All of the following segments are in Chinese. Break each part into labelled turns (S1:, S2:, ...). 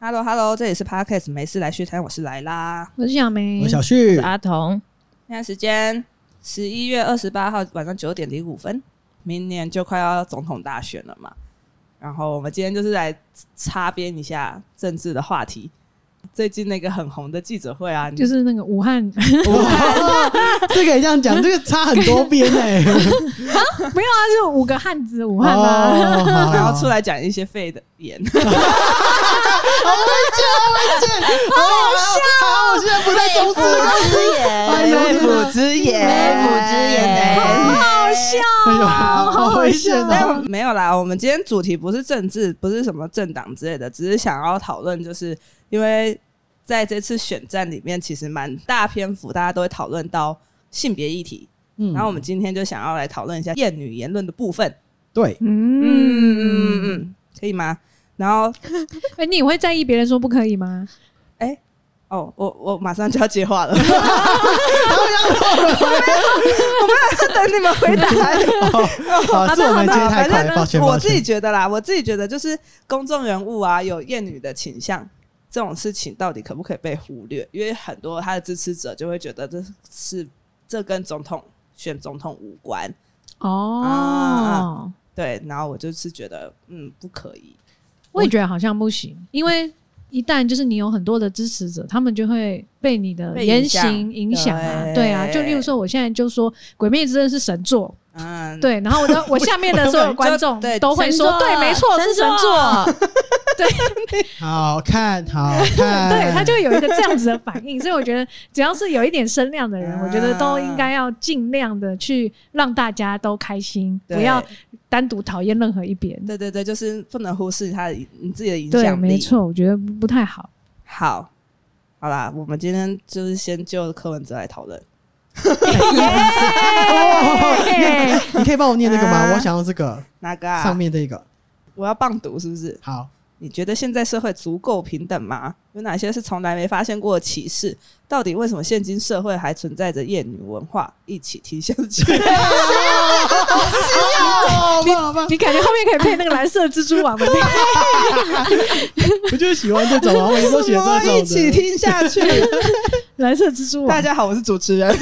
S1: Hello Hello，这里是 Podcast，没事来续摊，我是来啦。
S2: 我是小梅，
S3: 我小旭，
S4: 阿童，
S1: 现在时间十一月二十八号晚上九点零五分，明年就快要总统大选了嘛。然后我们今天就是来擦边一下政治的话题。最近那个很红的记者会啊，
S2: 就是是那个武汉， 没
S3: 哇，这个也这样讲，这个差很多边哎、
S2: 有啊，就五个汉子武
S3: 哦，
S2: 汉啊，
S3: 好
S1: 然后出来讲一些废的言，
S3: 哎好，我现在不在中指了，哎呦
S1: 肺腑之哎言，欸
S4: 肺腑之言
S1: 好好笑。
S3: 哎呦，好危险
S1: 但我
S3: 哦！
S1: 没有啦，我们今天主题不是政治，不是什么政党之类的，只是想要讨论，就是因为在这次选战里面，其实蛮大篇幅大家都会讨论到性别议题，
S3: 嗯
S1: 然后我们今天就想要来讨论一下厌女言论的部分。嗯
S3: 对，
S1: 嗯嗯
S2: 嗯，
S1: 嗯，可以吗？然后
S2: 哎，你会在意别人说不可以吗？
S1: 哦，我我马上就要接话了， 我们要等你们回答。
S3: 哦 好，是我们接太快了，抱歉，
S1: 我
S3: 抱
S1: 自己
S3: 歉。
S1: 觉得啦，我自己觉得就是公众人物啊，有厌女的倾向这种事情，到底可不可以被忽略？因为很多他的支持者就会觉得这是这跟总统选总统无关，啊
S2: 哦，
S1: 对。然后我就是觉得，嗯，不可以。
S2: 我也觉得好像不行，因为一旦就是你有很多的支持者，他们就会被你的
S1: 被
S2: 言
S1: 影响
S2: 行影响啊，
S1: 对
S2: 对啊，就例如说，我现在就说《鬼灭之刃》是神作，
S1: 嗯，
S2: 对，然后我的我下面的所有观众
S1: 就对啊
S2: 都会说，对，没错，是神作，啊
S4: 作，
S3: 好看，好
S1: 嗯
S3: 看，哦
S2: 对，他就会有一个这样子的反应，所以我觉得只要是有一点声量的人，
S1: 啊
S2: 我觉得都应该要尽量的去让大家都开心，
S1: 对，
S2: 不要单独讨厌任何一边。
S1: 对对对，就是不能忽视他的你自己的影
S2: 对，
S1: 响力。
S2: 没。错，我觉得不太好。
S1: 好，好啦，我们今天就是先就柯文哲来讨论。
S2: 哎
S3: 哦。你可以帮我念这个吗？我想要这个
S1: 哪个啊？
S3: 上面这个。
S1: 我要棒读是不是？
S3: 好，
S1: 你觉得现在社会足够平等吗？有哪些是从来没发现过的歧视？到底为什么现今社会还存在着厌女文化？一起听下 去。
S3: 好吧， 好吧，
S2: 你感觉后面可以配那个蓝色蜘蛛网吗？
S3: 我就喜欢这种啊，我也都喜欢
S1: 什么一
S3: 这
S1: 起
S3: 种的。
S1: 听下 去。
S2: 蓝色蜘蛛
S1: 大
S2: 网。
S1: 家好，我是主持 人。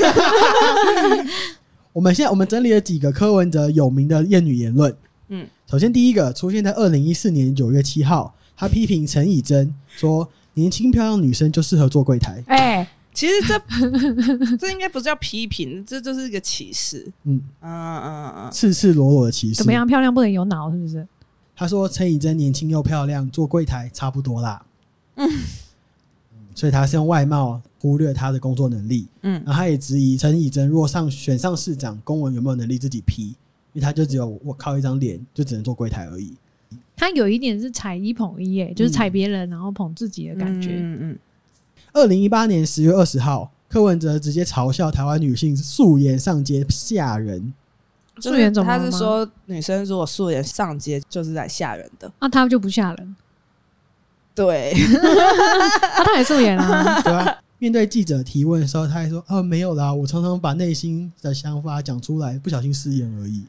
S3: 我们现在我们整理了几个柯文哲有名的艳女言论。
S1: 嗯
S3: 嗯，首先第一个出现在二零一四年九月七号，他批评陈以贞说：“年轻漂亮女生就适合做柜台。
S2: 哎，
S1: 其实这 这应该不是叫批评，这就是一个歧视。”
S3: 嗯，
S1: 嗯嗯嗯，
S3: 赤赤裸裸的歧视。
S2: 怎么？样？漂亮不能有脑，是不是？
S3: 他说陈以贞年轻又漂亮，做柜台差不多啦。嗯，所以他是用外貌忽略她的工作能力。
S1: 嗯
S3: 嗯，然后他也质疑陈以贞若上选上市长，公文有没有能力自己批？因为他就只有我靠一张脸，就只能做柜台而已。
S2: 他有一点是踩一捧一，哎，就是踩别人然后捧自己的感觉。
S1: 嗯嗯
S3: 二零一八年十月二十号，柯文哲直接嘲笑台湾女性素颜上街吓人。
S1: 嗯，
S2: 素颜怎么
S1: 他
S2: 了吗
S1: 是说女生如果素颜上街就是来吓人 的。
S2: 那啊他就不下了，
S1: 对，
S2: 啊，他也素颜啊，
S3: 对啊， 面对记者提问的时候，他还说：“哦，没有啦，我常常把内心的想法讲出来，不小心失言而已。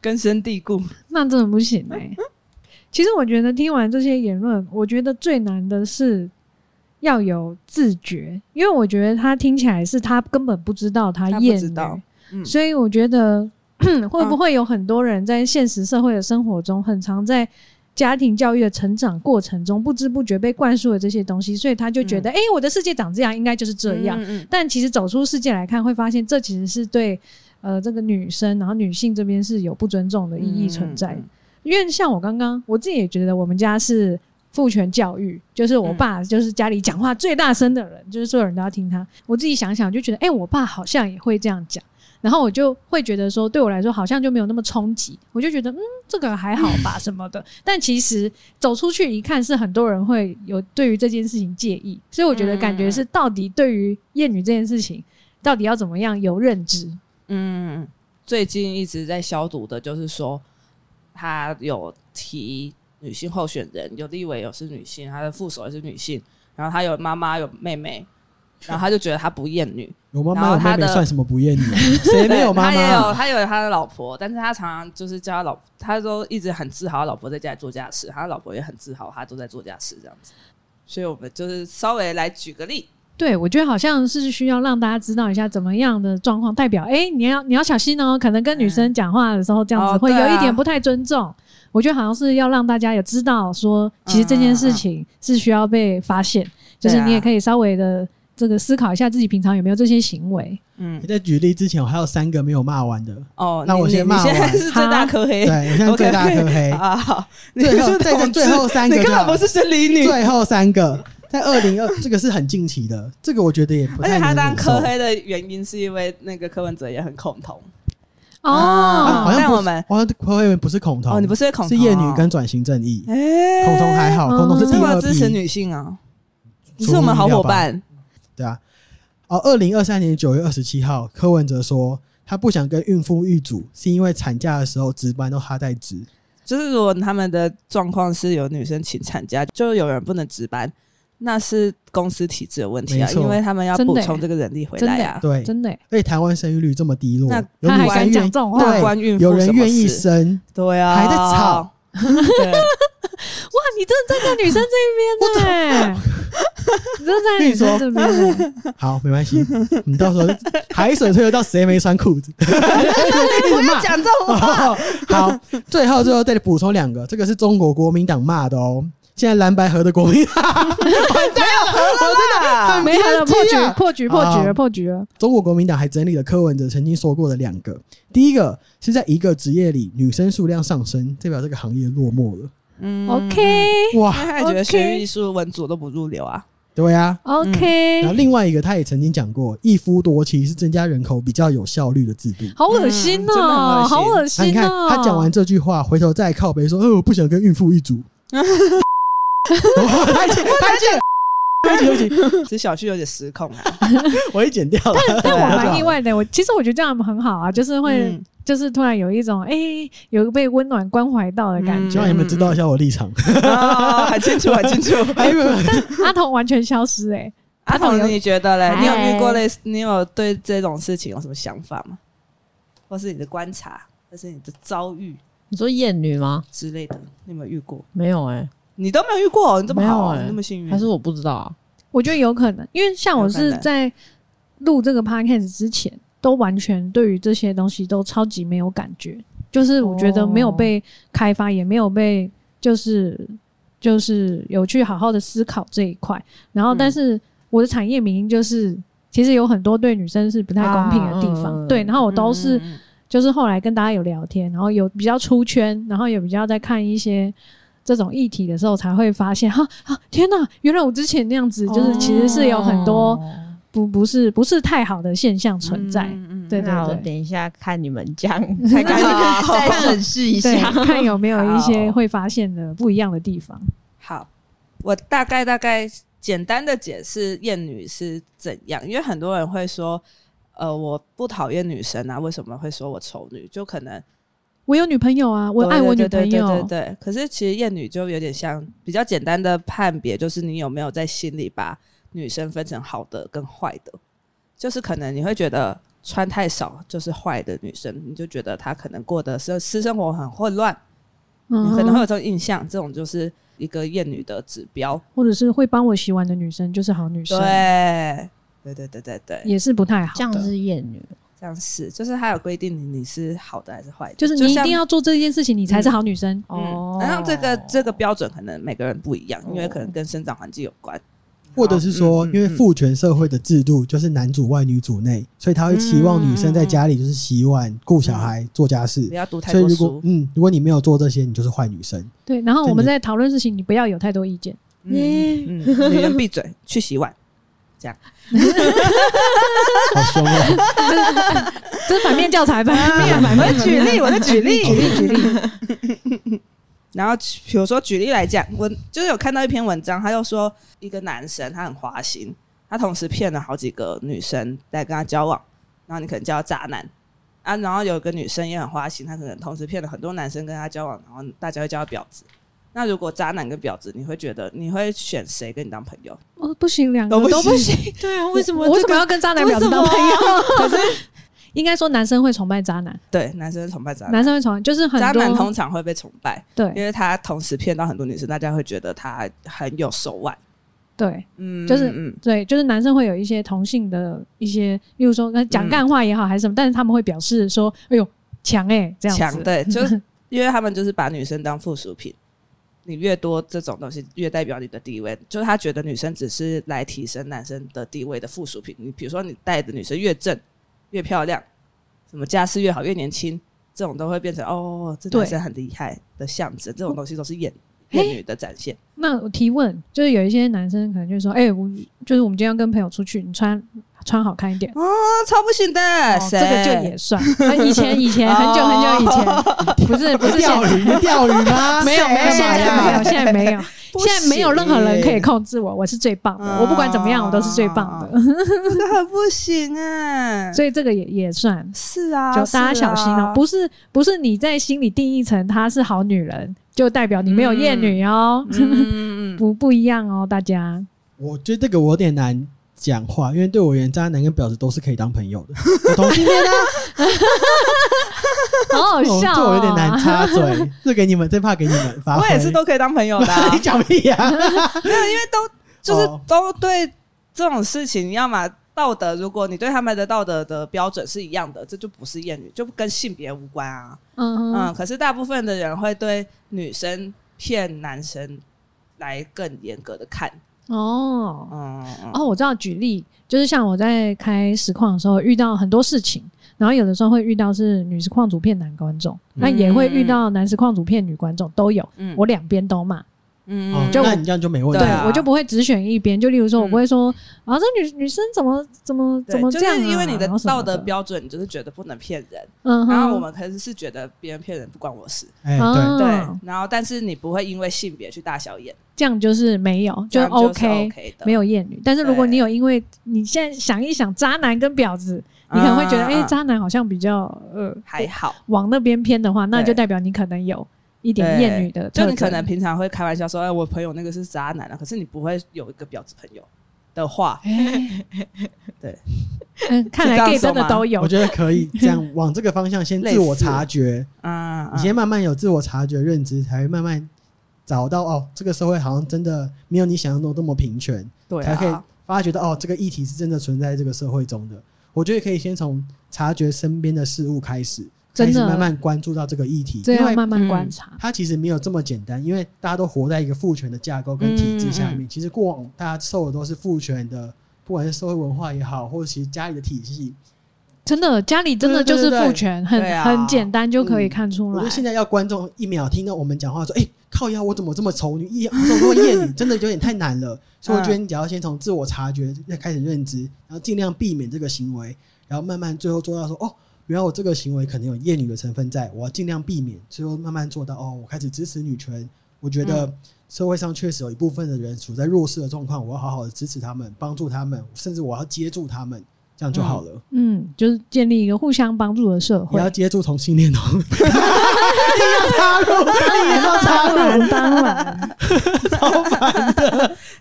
S1: 根深蒂固。
S2: 那真的不行哎、其实我觉得听完这些言论，我觉得最难的是要有自觉，因为我觉得他听起来是他根本不知道他
S1: 他不
S2: 厌
S1: 知
S2: 女
S1: 道嗯
S2: 所以 我觉得会不会有很多人在现实社会的生活中，很常在家庭教育的成长过程中，不知不觉被灌输了这些东西，所以他就觉得，哎、我的世界长这样，应该就是这样。
S1: 嗯嗯
S2: 但其实走出世界来看，会发现这其实是对呃这个女生，然后女性这边是有不尊重的意义存在。
S1: 嗯嗯
S2: 因为像我刚刚，我自己也觉得我们家是父权教育，就是我爸就是家里讲话最大声的人，就是所有人都要听他。我自己想想就觉得，哎、我爸好像也会这样讲。然后我就会觉得说，对我来说好像就没有那么冲击，我就觉得嗯，这个还好吧什么的。但其实走出去一看，是很多人会有对于这件事情介意，所以我觉得感觉是到底对于厌女这件事情，到底要怎么样有认知？
S1: 嗯，嗯最近一直在消毒的，就是说他有提女性候选人，有立委有是女性，他的副手也是女性，然后他有妈妈有妹妹，然后他就觉得他不厌女，
S3: 有妈
S1: 然
S3: 妈
S1: 后
S3: 有妹
S1: 他
S3: 妹
S1: 的
S3: 算什么不厌女？ 谁 没有妈
S1: 对他也有
S3: 妈？
S1: 他有他的老婆，但是他常常就是叫他老，他都一直很自豪，老婆在家里做家事，他老婆也很自豪，他都在做家事这样子。所以我们就是稍微来举个例，
S2: 对，我觉得好像是需要让大家知道一下怎么样的状况代表，哎、你要你要小心哦、可能跟女生讲话的时候这样
S1: 哦
S2: 子会
S1: 对
S2: 有
S1: 啊
S2: 一点不太尊重。我觉得好像是要让大家也知道说，其实这件事情是需要被发现，就是你也可以稍微的这个思考一下自己平常有没有这些行为。
S1: 嗯
S3: 你，在举例之前，我还有三个没有骂 完的。
S1: 哦，
S3: 那
S1: 你
S3: 我
S1: 你
S3: 先
S1: 你
S3: 骂
S1: 现在
S3: 完啊
S1: 是最大科黑，。
S3: 对，我现在最大科 黑
S1: 啊， 好你
S3: 最
S1: 是
S3: 后再
S1: 同
S3: 讲
S1: 志
S3: 最后三个
S1: 你
S3: 就
S1: 根
S3: 好，
S1: 本不是生理 女，
S3: 最后三个，在二零二这个是很近期的，这个我觉得也不
S1: 而
S3: 太
S1: 且他
S3: 能
S1: 当
S3: 忍受
S1: 科黑的原因是因为那个柯文哲也很恐同
S2: 哦，
S3: 啊好像
S1: 但
S3: 不
S1: 我们
S3: 好像科黑不是恐同，
S1: 哦，你不是恐同
S3: 是厌女跟转型正义，
S1: 哎
S3: 恐同还好，恐同
S1: 你
S3: 是
S1: 这
S3: 第
S1: 么
S3: 二
S1: 支持
S3: 批，
S1: 女性啊？你是我们好伙伴，
S3: 对啊。哦，二零二三年九月二十七号，柯文哲说他不想跟孕妇遇阻，是因为产假的时候值班都他在值。
S1: 就是如果他们的状况是有女生请产假，就有人不能值班，那是公司体制有问题啊，
S3: 没错
S1: 因为他们要
S2: 真的
S1: 补
S2: 欸
S1: 充这个人力回
S2: 真
S1: 来
S2: 的
S1: 啊。
S3: 对，
S2: 真的耶，
S3: 而且台湾生育率这么低落
S1: 那，
S3: 有
S2: 他还敢
S3: 女生
S2: 讲
S3: 愿
S2: 这种话
S1: 那
S3: 对，
S1: 关孕妇
S3: 有人
S1: 什么
S3: 愿意
S1: 事，
S3: 生，
S1: 对啊，
S3: 还在吵。
S1: 对。
S2: 哇，你真的站在女生这一边呢、你真的站在女生这边、欸，
S3: 好，没关系，你到 时候海水退流到谁没穿裤子，
S1: 不要讲这种话。
S3: 哦 好，最后最后再补充两个，这个是中国国民党骂的哦。现在蓝白河的国民党，
S1: 我
S2: 没有了，破
S3: 天
S2: 局
S3: 啊
S2: 破局破局
S3: 好
S2: 了破局了。
S3: 中国国民党还整理了柯文哲曾经说过的两个，第一个是在一个职业里女生数量上升，代表这个行业落寞了。
S1: 真的
S2: OK
S1: 因为
S3: 哇，
S1: 他也觉得
S2: OK
S1: 学艺术文组都不入流啊。
S3: 对啊。
S2: OK，、
S3: 然后另外一个他也曾经讲过，一夫多妻是增加人口比较有效率的制度。
S2: 好恶心
S1: 嗯真的很
S2: 哦、
S1: 恶心
S2: 好恶
S3: 那你
S2: 心
S3: 看
S2: 哦、
S3: 他讲完这句话，回头再靠北说：“哦，我不想跟孕妇 一组。”太贱，太贱！对不起，对不起，
S1: 这小旭有点失控啊。
S3: 我会剪掉
S5: 嗯
S3: 了。
S2: 但
S1: 对
S2: 我
S1: 啊
S2: 蛮意。外 的。我其实我觉得这样很好啊，就是会、
S1: 嗯
S2: 就是突然有一种哎、有被温暖关怀到的感
S3: 希
S1: 嗯
S2: 觉。
S3: 望你们知道一下我立场。
S1: 哦，很清楚，很清楚。
S3: 还有没有
S2: 阿童完全消失哎、
S1: 阿
S2: 阿
S1: 童，
S2: 童
S1: 你觉得嘞？
S2: 哎
S1: 你有遇过类似？你有对这种事情有什么想法吗？或是你的观察，或是你的遭遇
S4: 你说艳女吗？
S1: 之类的，你有没有遇过？
S4: 没有哎、
S1: 你都没有遇过，哦你这么好，
S4: 没有欸
S1: 你那么
S6: 嗯
S1: 幸运，
S4: 还是我不知道啊？
S2: 我觉得有可能，因为像我
S1: 有可
S2: 是
S1: 能
S2: 在录这个 podcast 之前，都完全对于这些东西都超级没有感觉，就是我觉得没
S1: 哦
S2: 有被开发，也没有被就是就是有去好好的思考这一块。然后，
S1: 嗯
S2: 但是我的产业明明就是。其实有很多对女生是不太公平的地方，
S4: 啊嗯
S2: 对。然后我都是
S1: 嗯
S2: 就是后来跟大家有聊天，然后有比较出圈，然后有比较在看一些这种议题的时候，才会发现，哈啊，天哪，原来我之前那样子，
S1: 哦
S2: 就是其实是有很多不不是不是太好的现象存在。
S1: 嗯嗯嗯
S2: 对
S4: 那我等一下看你们讲，
S1: 太
S4: 再
S1: 尴尬了
S4: 再审视一
S2: 对
S4: 下，。
S2: 看有没有一些
S1: 好
S2: 会发现的不一样的地方。
S1: 好，我大概大概简单的解释厌女是怎样，因为很多人会说，呃，我不讨厌女生啊，为什么会说我丑女？就可能
S2: 我有女朋友啊，我
S1: 对
S2: 爱我
S1: 哦对
S2: 女
S1: 对对
S2: 朋
S1: 对
S2: 友
S1: 对，对可是其实厌女就有点像比较简单的判别，就是你有没有在心里把女生分成好的跟坏的，就是可能你会觉得穿太少就是坏的女生，你就觉得她可能过得是私生活很混乱，
S2: 嗯
S1: 你可能会
S2: 哼，
S1: 有这种印象，这种就是一个厌女的指标。
S2: 或者是会帮我洗碗的女生就是好女生，
S1: 对，对对对对对，
S2: 也是不太好
S4: 这样
S2: 的。
S4: 是艳女，
S1: 这像是，就是他有规定你你是好的还是坏的，
S2: 就是你一
S1: 像
S2: 定要做哦这件事情，你才是好女生。
S1: 嗯，然后这个这个标准可能每个人不一样，因为可能跟生长环境有关。
S3: 或者是说，
S5: 嗯嗯
S3: 因为父权社会的制度就是男主外女主内，所以他会期望女生在家里就是洗碗、顾小孩、做家事
S1: 不。要读太
S3: 所以
S1: 多
S3: 如果
S1: 书，
S3: 嗯，如果你没有做这些，你就是坏女生。
S2: 对，然后
S3: 对
S2: 我们
S3: 你
S2: 在讨论事情，你不要有太多意见。
S1: 嗯，嗯女人闭嘴，去洗碗。
S3: 好凶哦！
S2: 这是反面教材， 反面反面。
S4: 举例，我在举例，举例，举例。
S1: 然后举，比如说举例来讲，我就是有看到一篇文章，他就说一个男生他很花心，他同时骗了好几个女生在跟他交往，然后你可能叫他渣男啊。然后有个女生也很花心，她可能同时骗了很多男生跟她交往，然后大家会叫她婊子。那如果渣男跟婊子，你会觉得你会选谁跟你当朋友？
S2: 哦，不行，两个
S1: 都不
S2: 都不行。
S4: 对啊，
S2: 我
S4: 为什么
S2: 我为
S4: 这
S2: 什么
S4: 个？
S2: 要跟渣男婊子当朋
S4: 为
S2: 友？ 应该说男生会崇拜渣男，
S1: 对，男生崇拜渣男，
S2: 男生会崇拜，就是很
S1: 渣男
S2: 多
S1: 通常会被崇拜，因
S2: 对
S1: 为他同时骗到很多女生，大家会觉得他很有手腕。
S2: 对
S1: 嗯，
S2: 就是
S1: 嗯，
S2: 对，就是男生会有一些同性的一些，例如说呃讲
S1: 嗯
S2: 干话也好还是什么，但是他们会表示说：“哎呦，强哎，这样
S1: 强
S2: 子。”
S1: 对， 就是因为他们就是把女生当附属品，你越多这种东西，越代表你的地位。就是他觉得女生只是来提升男生的地位的附属品。你比如说，你带的女生越正、越漂亮，什么家世越好、越年轻，这种都会变成哦，这
S2: 对
S1: 男生很厉害的象征。这种东西都是艳
S2: 哎
S1: 艳女的展现。哦
S2: 那我提问，就是有一些男生可能就说：“哎、我就是我们今天要跟朋友出去，你穿穿好看一点。”
S1: 那超不行的，
S2: 哦这个就
S1: 谁
S2: 也算。那以前以前很久很久以前，不是不是现
S3: 钓
S2: 在。
S3: 鱼，钓鱼吗？
S2: 没有没有，现
S3: 谁
S2: 在没有，
S3: 啊
S2: 现在没有，
S3: 不
S2: 现在没有任何人可以
S3: 行
S2: 控制我，我是最棒的，
S1: 嗯
S2: 我不管怎么样，我都是最棒
S3: 哦
S2: 的，
S1: 这个很不行哎、
S2: 所以这个也也算，
S1: 是啊，
S2: 就大家
S1: 是啊
S2: 小 心哦，不是不是你在心里定义成她是好女人，就代表你没有厌女哦，
S1: 嗯，
S2: 不不一样哦，大 家
S3: 我觉得这个我有点难讲话，因为对我而言，渣男跟婊子都是可以当朋友的。我同性恋啊，
S2: 好好
S3: 哦
S2: 笑，
S3: 这我有点难。插嘴，这给你们，这怕给 你们发挥。
S1: 我也是都可以当朋友的、啊
S3: 你，讲屁呀、
S1: 没有，因为都就是
S3: 哦
S1: 都对这种事情，要么道德，如果你对他们的道德的标准是一样的，这就不是厌女，就跟性别无关啊。
S2: 嗯
S1: 嗯，
S2: 嗯，
S1: 可是大部分的人会对女生骗男生来更严格的看，
S2: 哦，
S1: 嗯，嗯
S2: 哦，我知道，举例就是像我在开实况的时候遇到很多事情，然后有的时候会遇到是女实况主骗男观众，那、也会
S3: 嗯
S2: 遇到男实况主骗女观众，都有，
S1: 嗯
S2: 我两边都骂，
S3: 哦
S1: 嗯，
S2: 就
S3: 那你这样就没问
S1: 对
S3: 题
S2: 对
S3: 了。
S1: 啊
S2: 我就不会只选一边。就例如说，我不会说、啊，这女女生怎么怎么
S1: 嗯对
S2: 怎么
S1: 就
S2: 这样、啊，
S1: 是因为你的
S2: 然后什么
S1: 道
S2: 的
S1: 德，标准，你就是觉得不能骗人，
S2: 嗯哼，
S1: 然后我们可能是觉得别人骗人不关我事，
S3: 哎、
S2: 啊
S3: 对，
S1: 对
S2: 嗯，
S1: 然后但是你不会因为性别去大小眼，
S2: 这样就是没有，
S1: 这样就是
S2: OK。
S1: OK 的，
S2: 没有厌女，但是如果
S1: 对
S2: 你有，因为你现在想一想，渣男跟婊子，你可能会觉得，
S1: 嗯
S2: 哎、
S1: 嗯
S2: 渣男好像比较呃，
S1: 还好。
S2: 往那边偏的话，那就代表你可能有一点厌女的特
S1: 就
S2: 征，
S1: 你可能平常会开玩笑说，哎，我朋友那个是渣男啊，可是你不会有一个婊子朋友的话，
S2: 哎，
S1: 对，
S2: 嗯，看来
S1: 是这样
S2: gay 真的都有
S3: 我，觉得可以这样往这个方向先自我察觉，
S1: 嗯，
S3: 你先慢慢有自我察觉认知，才会慢慢找到哦，这个社会好像真的没有你想象中那么平权，
S1: 对
S3: 才可以
S1: 啊，
S3: 发觉到哦，这个议题是真的存在这个社会中的。我觉得可以先从察觉身边的事物开始，
S2: 真的啊
S3: 开始慢慢关注到这个议题，
S2: 这
S3: 因
S2: 样
S3: 为
S2: 慢慢
S1: 嗯
S2: 观察，
S3: 它其实没有这么简单，因为大家都活在一个父权的架构跟体制下面。
S2: 嗯
S3: 其实过往大家受的都是父权的，不管是社会文化也好，或者其实家里的体系。
S2: 真的家里真的就是父权，很
S1: 对啊
S2: 很简单就可以看出
S3: 我觉
S2: 来
S3: 得，现在要观众一秒听到我们讲话说：“哎、靠腰，我怎么这么丑女，一怎么这么厌女？”真的有点太难 了。所
S2: 嗯
S3: 以我觉得你只要先从自我察觉再开始认知，然后尽量避免这个行为，然后慢慢最后做到说：“哦，原来我这个行为可能有厌女的成分在，我要尽量避免。”最后慢慢做到哦，我开始支持女权，我觉得
S2: 嗯
S3: 社会上确实有一部分的人处在弱势的状况，我要好好的支持他们，帮助他们，甚至我要接住他们，这样就好了。
S2: 嗯，就是建立一个互相帮助的社
S3: 你
S2: 会
S3: 要，接住同性恋哦， 一定要插入，
S2: 当然当然，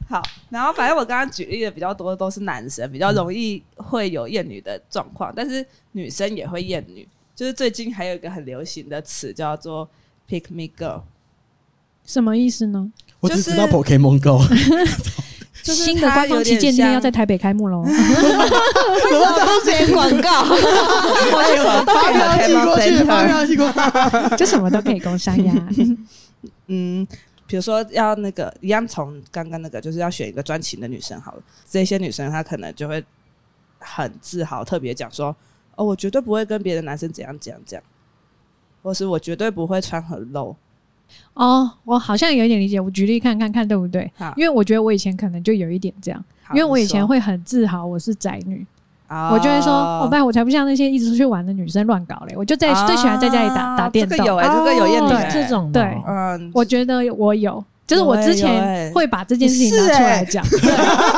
S1: 好，然后反正我刚刚举例的比较多的都是男生，比较容易会有厌女的状况，但是女生也会厌女，就是最近还有一个很流行的词叫做 “pick me girl”，
S2: 什么意思呢？
S3: 我只
S1: 就是
S3: 知道 Pokemon Go，
S1: 就是
S2: 新的官方旗舰店要在台北开 幕喽。
S3: 什么东西？
S4: 广 告，
S1: 为什么
S3: 哎发票寄过去，发
S1: Center
S3: 票 寄过去。
S2: 就什么都可以攻商 呀。
S1: 嗯，比如说要那个一样，从刚刚那个就是要选一个专情的女生好了。这些女生她可能就会很自豪，特别讲说：“哦，我绝对不会跟别的男生怎样怎样怎样，或是我绝对不会穿很露。
S2: 哦，我好像有一点理解，我举例看看看对不对
S1: 好？
S2: 因为我觉得我以前可能就有一点这样，
S1: 好
S2: 因为我以前，
S1: 你
S2: 会很自豪我是宅女，
S1: 说哦
S2: 我就会说，哦，拜，我才不像那些一直出去玩的女生乱搞嘞，我就在
S1: 啊
S2: 最喜欢在家里打打电
S1: 这个有
S2: 动。
S1: 哎、这个有验明、
S2: 对
S1: 哎
S4: 这，种的哦
S1: 嗯，
S2: 我觉得我有，就是我之
S1: 有
S2: 前
S1: 欸
S2: 会把这件事情
S1: 是哎
S2: 拿出来
S1: 欸
S2: 讲。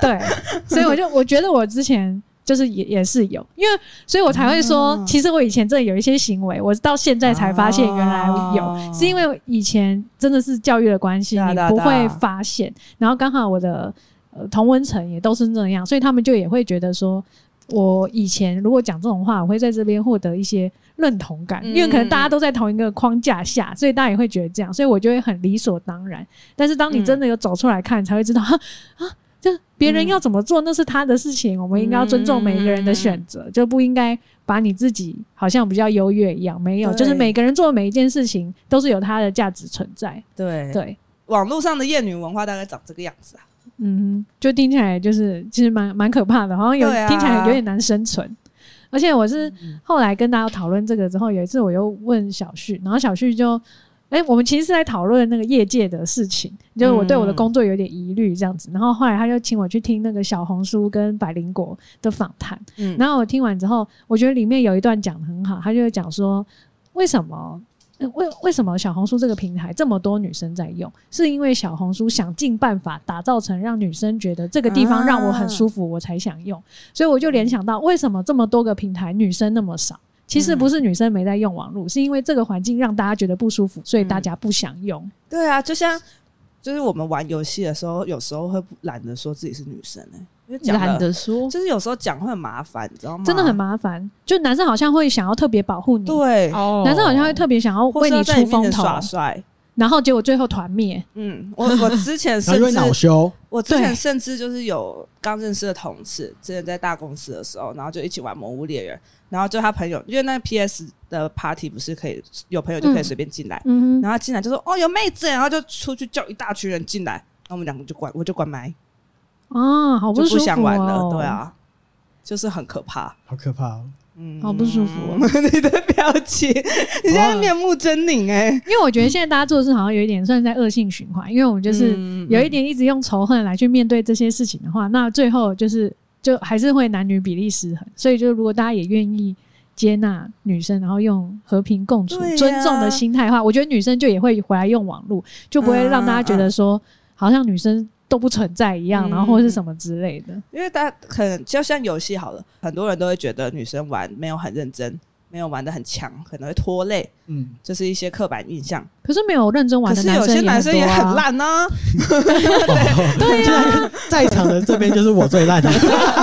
S2: 对，所以我就我觉得我之前。就是也也是有，因为所以我才会说，
S1: 哦
S2: 其实我以前真的有一些行为，我到现在才发现原来有，
S1: 哦
S2: 是因为以前真的是教育的关系，
S1: 对啊
S2: 你
S1: 对啊
S2: 不
S1: 对啊
S2: 会发现，然后刚好我的呃同温层也都是那样，所以他们就也会觉得说。我以前如果讲这种话，我会在这边获得一些认同感，
S1: 嗯
S2: 因为可能大家都在同一个框架下，所以大家也会觉得这样，所以我就会很理所当然。但是当你
S1: 嗯
S2: 真的有走出来看，才会知道啊，就别人要怎么做那是他的事情，我们应该要尊重每一个人的选择，就不应该把你自己好像比较优越一样。没有，
S1: 对
S2: 就是每个人做的每一件事情都是有它的价值存在。
S1: 对，
S2: 对，
S1: 网络上的厌女文化大概长这个样子啊。
S2: 嗯，就听起来就是其实蛮蛮可怕的，好像有、
S1: 对啊嗯
S2: 听起来有点难生存。而且我是后来跟大家讨论这个之后，有一次我又问小旭，然后小旭就，哎、我们其实是在讨论那个业界的事情，就是我对
S1: 嗯
S2: 我的工作有点疑虑这样子。然后后来他就请我去听那个小红书跟百灵果的访谈，
S1: 嗯，
S2: 然后我听完之后，我觉得里面有一段讲得很好，他就讲说为什么。呃为为什么小红书这个平台这么多女生在用？是因为小红书想尽办法打造成让女生觉得这个地方让我很舒服，我才想用。所以我就联想到，为什么这么多个平台女生那么少？其
S1: 嗯
S2: 实不是女生没在用网络，是因为这个环境让大家觉得不舒服，所以大家不想用。
S1: 对啊，就像就是我们玩游戏的时候，有时候会不懒得说自己是女生哎、因
S6: 嗯
S1: 为讲
S4: 懒
S1: 的，
S4: 得说，
S1: 就是有时候讲会很麻烦，你知道吗？
S2: 真的很麻烦。就男生好像会想要特别保护你，
S1: 对，
S4: 哦。
S2: 男生好像会特别想要
S1: 或
S2: 哦为
S1: 是
S2: 你
S1: 要在
S2: 出
S1: 面
S2: 风
S1: 前
S2: 头，
S1: 耍帅。
S2: 然后结果最后团灭。
S1: 嗯，我我之前
S3: 然后
S1: 甚
S3: 因为
S1: 至
S3: 恼羞，
S1: 我之前
S2: 对
S1: 甚至就是有刚认识的同事，之前在大公司的时候，然后就一起玩《魔物猎人》，然后就他朋友，因为那 PS 的 party 不是可以有朋友就可以
S2: 嗯
S1: 随便进来，
S2: 嗯哼，
S1: 然后他进来就说哦有妹子，然后就出去叫一大群人进来，然后我们两个就关我就关麦，
S2: 啊，好
S1: 就
S2: 不舒服、哦、
S1: 不想玩了，对，啊，就是很可怕。
S3: 好可怕哦！
S1: 嗯
S2: 好不舒服哦
S1: 你的表情，你现在面目狰狞哎，
S2: 因为我觉得现在大家做的事好像有一点算是在恶性循环，因为我们就是
S1: 嗯
S2: 有一点一直用仇恨来去面对这些事情的话，那最后就是就还是会男女比例失衡，所以就如果大家也愿意。接纳女生，然后用和平共处、
S1: 对呀
S2: 尊重的心态的话，我觉得女生就也会回来用网络，就不会让大家觉得说、好像女生都不存在一样，
S1: 嗯
S2: 然后或是什么之类的。
S1: 因为大家可能就像游戏好了，很多人都会觉得女生玩没有很认真，没有玩的很强，可能会拖累，
S3: 嗯，
S1: 就是一些刻板印象。
S2: 可是没有认真玩
S1: 可
S2: 的
S1: 是有些男生也
S2: 也很多
S1: 很
S2: 啊
S1: 烂呢、
S3: 对呀，哦在场的这边就是我最烂的，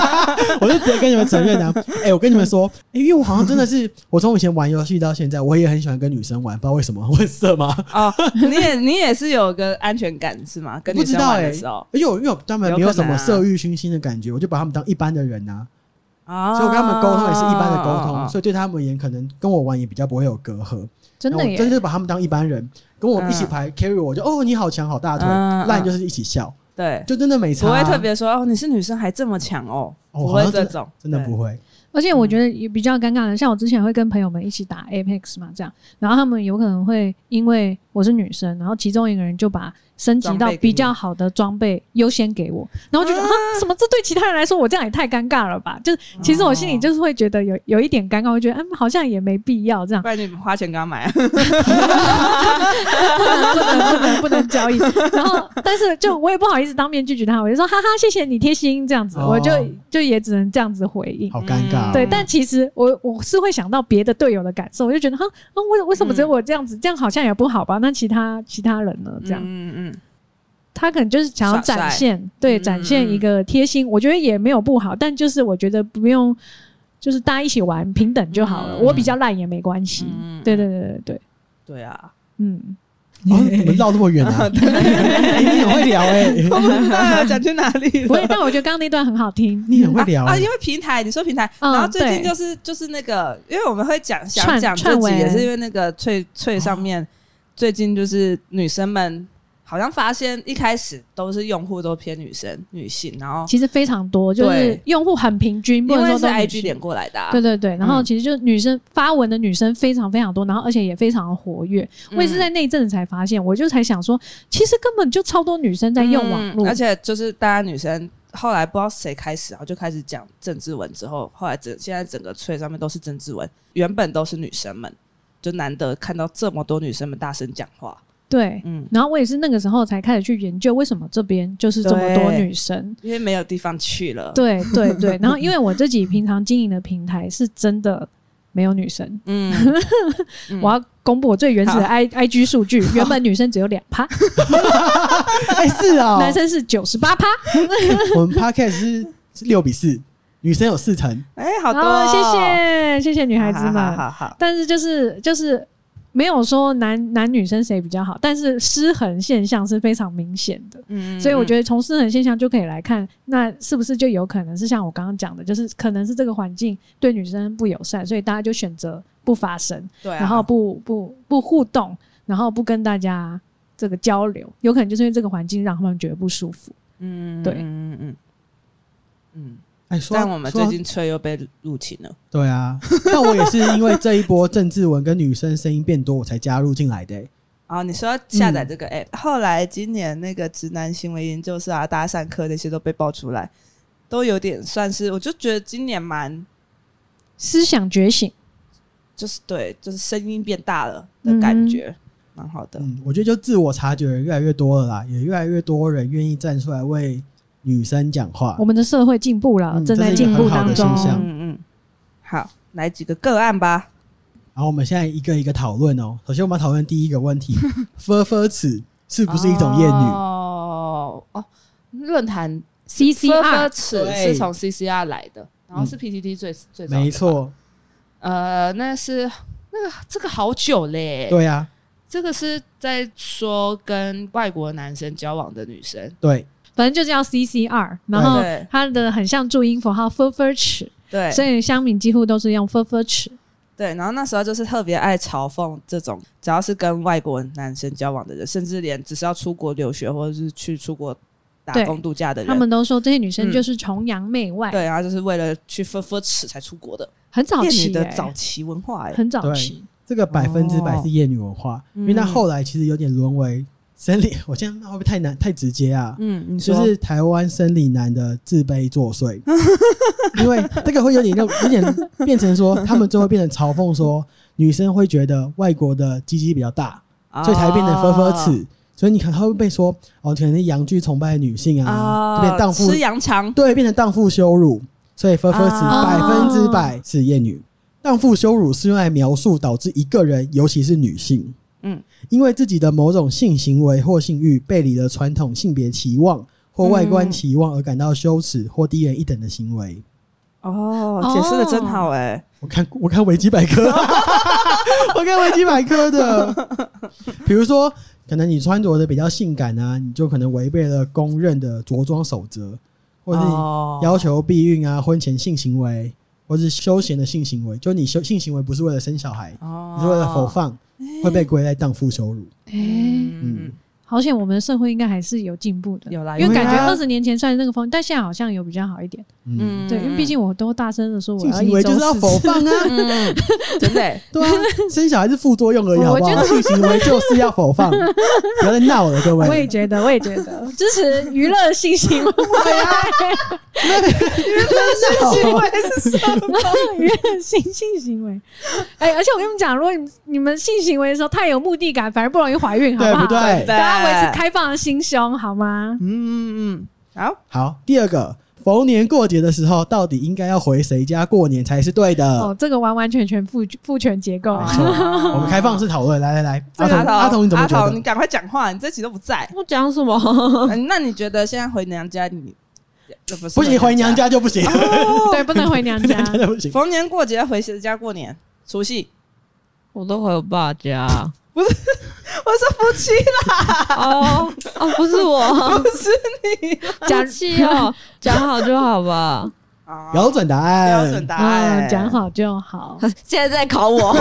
S3: 我就直接跟你们承认啊！哎，我跟你们说，哎因为我好像真的是，我从以前玩游戏到现在，我也很喜欢跟女生玩，不知道为什么，我 很色吗？
S1: 哦，你也你也是有个安全感是吗？跟
S3: 不
S1: 女
S3: 知
S1: 生
S3: 道
S1: 玩
S3: 哎
S1: 的欸时候，
S3: 而且我因为我他们没有什
S1: 有可
S3: 么
S1: 能啊
S3: 色欲熏心的感觉，我就把他们当一般的人呐、
S1: 啊
S3: 所以我跟他们沟通也是一般的沟通，所
S1: 以
S3: 以对他们而言，可能跟我玩也比较不会有隔阂。
S2: 真的
S3: 然后
S2: 耶
S3: 我，真是把他们当一般人，跟我一起
S1: 嗯
S3: 排 carry，我就哦你好强好大腿，
S1: 嗯嗯
S3: 烂就是一起笑，
S1: 对，
S3: 就真的没差
S1: 不
S3: 啊、
S1: 会特别说哦，你是女生还这么强哦，
S3: 哦
S1: 不
S3: 好
S1: 会
S3: 像
S1: 这
S3: 真的
S1: 种，
S3: 真的
S1: 对
S3: 不会，
S2: 而且我觉得也比较尴尬的，像我之前会跟朋友们一起打 Apex 嘛，这样，然后他们有可能会因为我是女生，然后其中一个人就把升级到比较好的装备优先给我，然后我就觉得啊，什么这对其他人来说我这样也太尴尬了吧？就是其实我心里就是会觉得有有一点尴尬，我觉得嗯好像也没必要这样
S1: 不，然你花钱给他买啊。
S2: 不能不能不能不能交易。然后，但是就我也不好意思当面拒绝他，我就说哈哈，谢谢你贴心这样子，
S3: 哦
S2: 我就就也只能这样子回应。
S3: 好尴尬、哦。
S2: 对，但其实我我是会想到别的队友的感受，我就觉得哈，啊为、为什么只
S1: 嗯
S2: 有我这样子？这样好像也不好吧？那其他其他人呢？ 这样、
S1: 嗯嗯嗯，
S2: 他可能就是想要
S1: 耍帅
S2: 展现，对，
S1: 嗯
S2: 展现一个贴心，我觉得也没有不好，但就是我觉得不用，就是大家一起玩平等就好了。
S1: 嗯
S2: 我比较烂也没关系，
S1: 嗯
S2: 对对对对对，
S1: 对啊，
S2: 嗯，
S3: 哦，你们绕那么 远啊？ 哎你很会聊哎，
S1: 我不知道要讲去哪里
S2: 不会
S1: 了。，
S2: 但我觉得刚刚那段很好听。
S3: 你很会聊
S1: 啊，
S3: 哎
S1: 因。为平台，你说平台，
S2: 嗯
S1: 然后最近
S2: 对
S1: 就是就是那个，因为我们会讲想
S2: 串
S1: 讲这
S2: 串哦
S1: 集，
S2: 文
S1: 也是因为那个翠翠上面最近就是女生们好像发现一开始都是用户都偏女生女性，然后
S2: 其实非常多，就是
S1: 对
S2: 用户很平均，不
S1: 因
S2: 能
S1: 为
S2: 说
S1: 是
S2: 都女
S1: IG
S2: 性
S1: 点过来的、啊，
S2: 对对对，然后
S1: 嗯
S2: 其实就是女生发文的女生非常非常多，然后而且也非常活跃。我
S1: 嗯
S2: 也是在那一阵子才发现，我就才想说，其实根本就超多女生在用啊网络，
S1: 嗯而且就是大家女生后来不知道谁开始，然后就开始讲政治文，之后后来整现在整个翠上面都是政治文，原本都是女生们，就难得看到这么多女生们大声讲话，
S2: 对。
S1: 嗯，
S2: 然后我也是那个时候才开始去研究为什么这边就是这么多
S1: 对
S2: 女生，
S1: 因为没有地方去了，，
S2: 对对对。然后因为我自己平常经营的平台是真的没有女生，
S1: 嗯，嗯
S2: 我要公布我最原始的 i i g 数据，原本女生只有两 趴，
S3: 哎，是啊，
S2: 男生是九十八趴，
S3: 我们 podcast 是是六比四，女生有四成，
S1: 哎、好多、
S2: 哦谢谢谢谢女
S1: 女
S2: 孩子们。
S1: 好好好，
S2: 但是就是就是没有说男男女生谁比较好，但是失衡现象是非常明显的。
S1: 嗯
S2: 所以我觉
S1: 得
S2: 得从失衡现象就可以来看，那是不是就有可能是像我刚刚讲的，就是可能是这个环境对女生不友善，所以大家就选择不发声，
S1: 对、啊，
S2: 嗯然后不不不互动，然后不跟大家这个交流，有可能就是因为这个环境让他们觉得不舒服。
S1: 嗯，
S2: 对
S1: 嗯嗯嗯嗯，
S3: 哎，说到
S1: 但我们
S3: 说
S1: 最
S3: 到
S1: 近翠又被入侵了，
S3: 对啊，但我也是因为这一波郑志文跟女生声音变多，我才加入进来的、欸。
S1: 哦，你说下载这个
S2: 嗯
S1: app，、后来今年那个直男行为研究社啊、搭讪课那些都被爆出来，都有点算是，我就觉得今年蛮
S2: 思想觉醒，
S1: 就是对，就是声音变大了的感觉，蛮好的。
S3: 嗯，我觉得就自我察觉的人越来越多了啦，也越来越多人愿意站出来为女生讲话
S2: 我。们的社会进步了，
S3: 嗯
S2: 正在
S3: 这是一
S2: 进
S3: 个
S2: 步
S3: 很好
S2: 当
S3: 的
S2: 中
S3: 现。象
S1: 嗯嗯，好，来几个个案吧。
S3: 然后我们现在一个一个讨论哦。首先，我们要讨论第一个 问题：f 分词是不是一种厌女？
S7: 哦哦，论坛
S2: C C R
S7: 词
S3: 对嗯
S7: 是从 CCR 来的，然后是 PTT 最最早的吧
S3: 没，错，
S7: 呃，那是那个这个好久嘞，
S3: 对啊，
S7: 这个是在说跟外国男生交往的女生，
S3: 对，
S2: 反正就叫 CCR，然
S3: 嗯
S2: 后
S1: 对
S2: 它的很像注音符号 f f 尺，
S1: 对
S2: 所以乡民几乎都是用 f f 尺。
S1: 对，然后那时候就是特别爱嘲讽这种，只要是跟外国男生交往的人，甚至连只是要出国留学或者是去出国打
S2: 对
S1: 工度假的人，
S2: 他们都说这些女生
S1: 嗯
S2: 就是崇洋媚外，
S1: 对，然后就是为了去分分尺才出国的。
S2: 很早
S1: 厌女
S2: 期
S1: 的
S2: 欸
S1: 早期文化、欸，
S2: 很早期，
S3: 这个百分之百是厌女文化，
S1: 嗯
S3: 因为它后来其实有点沦为生理。我这样会不会太难太直接啊？
S1: 嗯，你说
S3: 就是台湾生理男的自卑 作祟，因为这个会有点让有点变成说，他们就会变成嘲讽说，女生会觉得外国的鸡鸡比较大，
S1: 啊
S3: 所以才变成分分
S1: 尺
S3: 尺，所以你可能会被说哦，可能是洋剧崇拜的女性啊，
S1: 啊，
S3: 就变荡妇
S1: 吃，羊肠，
S3: 对，变成荡妇羞辱，所以分分尺
S1: 啊
S3: 百分之百是厌女。荡妇羞辱是用来描述导致一个人，尤其是女性，
S1: 嗯
S3: 因为自己的某种性行为或性欲背离了传统性别期望或外
S1: 嗯
S3: 观期望而感到羞耻或低人一等的行为。
S1: 哦，解释的真好哎、
S3: 我看我看维基百科， 我看维基百科的，比如说，可能你穿着的比较性感啊，你就可能违背了公认的着装守则，或者是你
S1: 哦
S3: 要求避孕啊、婚前性行为，或是休闲的性行为，就你休性行为不是为了生小孩，
S1: 哦
S3: 你是为了否放，会被归类荡妇羞辱。
S2: 哎，
S1: 嗯，
S2: 好险我们的社会应该还是有进步的，
S1: 有
S3: 啊
S1: 啦，
S2: 因为
S1: 有
S2: 感觉
S1: 啦
S2: 二十年前算是那个风，但现在好像有比较好一点。
S3: 嗯，
S2: 对，因为毕竟我都大声的说我
S3: 性
S2: 要
S3: 行
S2: 一
S3: 为
S2: 周
S3: 就是要
S2: 四
S3: 否
S2: 次，
S3: 放啊，
S1: 嗯，真的欸、
S3: 对啊，生小孩是副作用而已，
S2: 我
S3: 好不
S2: 我觉
S3: 好？
S2: 得
S3: 性行为就是要否放，不要再闹了，各
S2: 我也
S3: 位。
S2: 觉得，我也觉得支持娱乐性 行为，
S3: 啊性
S2: 娱乐性性行为。哎，而且我跟你们讲，如果你你们性行为的时候太有目的感，反而不容易怀孕，好
S3: 对
S2: 好？
S3: 不对？
S1: 对
S2: 大家维持开放的心胸，好吗？
S1: 嗯嗯嗯，好，
S3: 好，第二个，逢年过节的时候，到底应该要回谁家过年才是对的？
S1: 呃
S2: 哦，这个完完全全父父权结
S1: 哦
S2: 构
S3: 没
S2: 啊！
S3: 错，我们开放式讨论，来来来，阿
S1: 这个
S3: 童，阿童你怎么
S1: 阿
S3: 觉
S1: 童，你
S3: 得？
S1: 赶快讲话，你这期都不在
S4: 我讲什 么？
S1: 嗯那你觉得现在回娘家你，这不是
S3: 不行，回娘
S1: 家，
S3: 家就不行，
S1: 哦
S2: 对，不能回娘
S3: 回
S2: 家
S3: 娘。 家就不行。
S1: 逢年过节回谁家过年？除夕，
S4: 我都回我爸家，
S1: 说夫妻
S6: 哦哦， 不是我，
S1: 不是你
S6: 讲 气哦，讲好就好吧。
S1: 啊
S3: 标准答案，
S1: 标准答
S2: 啊，
S1: 案，
S2: 讲好就 好。
S6: 现在在考 我，
S1: 我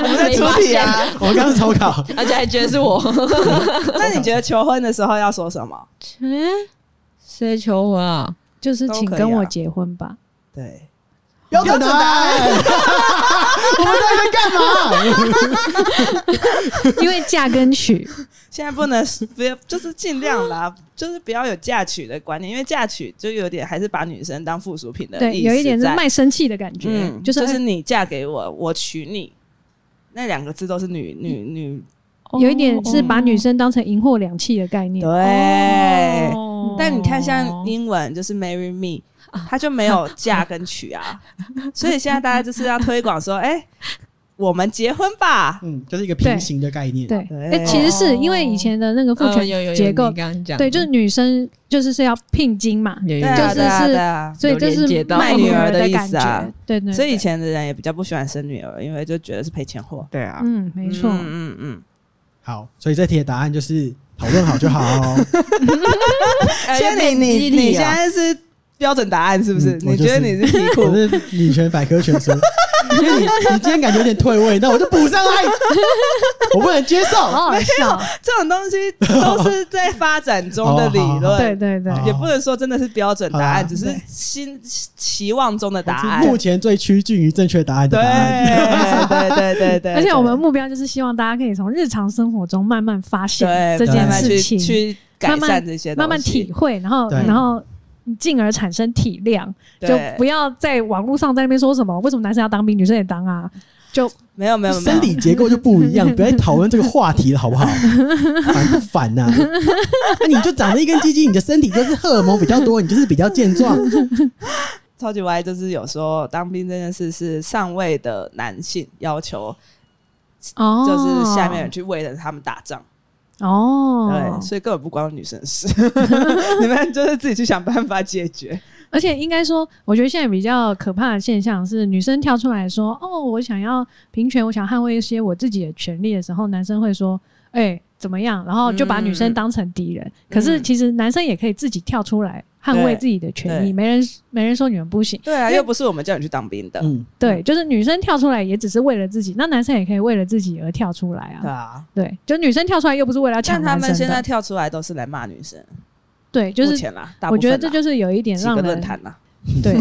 S1: 们在出题啊。
S3: 我们刚刚是抽考，
S6: 而且还觉得是我。
S1: 那你觉得求婚的时候要说什么？
S6: 嗯，谁求婚啊？
S2: 就是
S1: 都
S2: 请
S1: 可以
S2: 跟我
S1: 啊
S2: 结婚吧。
S1: 对，
S3: 标准答案，我们到底在干嘛？
S2: 因为嫁跟 娶，
S1: 现在不能不要，就是尽量啦，就是不要有嫁娶的观念，因为嫁娶就有点还是把女生当附属品的
S2: 对，
S1: 意思
S2: 有一点是
S1: 在
S2: 卖身契的感觉，
S1: 嗯，
S2: 就、
S1: 就是是你嫁给我，我娶你，那两个字都是女女女，
S2: 有一点
S1: 哦
S2: 是把女生当成银货两讫的概念。
S1: 对。
S6: 哦
S1: 但你看，像英文就是 marry me，它
S2: 啊
S1: 就没有嫁跟娶 啊，所以现在大家就是要推广说，哎，我们结婚吧，
S3: 嗯，就是一个平行的概念。
S2: 对，
S1: 对哦
S2: 哎、其实是
S6: 哦
S2: 因为以前的那个父
S6: 嗯有有
S2: 权
S6: 有
S2: 结构，
S6: 你刚刚讲的，
S2: 对，就是女生就是是要聘金嘛，
S6: 有
S1: 对
S6: 有有
S1: 啊
S2: 就是
S1: 对啊
S2: 是
S1: 对啊
S2: 所以这
S6: 有连
S2: 是
S6: 接到
S2: 卖女儿
S1: 卖女儿的
S2: 感
S1: 意思啊
S2: 觉。对对，
S1: 所以以
S2: 对
S1: 前的人也比较不喜欢生女儿，因为就觉得是赔钱货。
S7: 对啊，
S2: 嗯，没错，
S1: 嗯嗯嗯。
S3: 好，所以这题的答案就是讨论好就好。
S2: 呃
S1: 现在你你你
S2: 啊
S1: 现在是标准答 案是不是？
S3: 嗯我
S1: 你
S3: 就
S1: 觉得
S3: 是
S1: 你是题
S3: 我
S1: 库？
S3: 是女权百科全 书，因为你你今天感觉有点退位，那我就补上 来，我不能接受。
S2: 好好笑，
S1: 这种东西都是在发展中的理
S3: 哦好好
S1: 论，
S2: 对对对，
S3: 好
S1: 也不能说真的是标准答
S3: 好
S1: 案，
S3: 啦
S1: 只是
S3: 对
S1: 心期望中的答案。
S3: 目前最趋近于正确答案的
S1: 对
S3: 答案。
S1: 对对对对，
S2: 而且我们目标就是希望大家可以从日常生活中慢慢发现
S1: 对
S2: 这件
S1: 慢慢
S2: 事
S1: 去
S2: 情，
S1: 去改
S2: 慢慢
S1: 善这些东西，
S2: 慢慢体会，然后
S3: 对
S2: 然后进而产生体谅，
S1: 对
S2: 就不要在网络上在那边说什么为什么男生要当兵，女生也当啊，就
S1: 没有没有没有
S3: 生理结构就不一样，不要再讨论这个话题了，好不好？烦不烦呐、那你就长了一根鸡鸡，你的身体就是荷尔蒙比较多，你就是比较健 壮。
S1: 超级歪就是有说当兵这件事是上位的男性要求，
S2: 哦，
S1: 就是下面人去为了他们打仗，
S2: 哦
S1: 对，，所以根本不关女生的事，你们就是自己去想办法解决。
S2: 而且应该说，我觉得现在比较可怕的现象是，女生跳出来说：“哦，我想要平权，我想捍卫一些我自己的权利”的时候，男生会说：“哎、怎么样？”然后就把女生当成敌
S1: 嗯
S2: 人。可是其实男生也可以自己跳出来捍卫自己的权
S1: 对
S2: 益，没人没人说你们不行。
S1: 对啊，
S2: 因为
S1: 又不是我们叫你去当兵的，
S3: 嗯，
S2: 对，就是女生跳出来也只是为了自己，那男生也可以为了自己而跳出来
S1: 对
S2: 啊。
S1: 啊。
S2: 对，就女生跳出来又不是为了要抢
S1: 但他
S2: 男生
S1: 们
S2: 的
S1: 现在跳出来都是来骂女生，
S2: 对，就
S1: 目
S2: 是
S1: 前啦，大部
S2: 我
S1: 分啦啊
S2: 觉得这就是有一点
S1: 几
S2: 让
S1: 个
S2: 人
S1: 论坛啦，
S2: 对，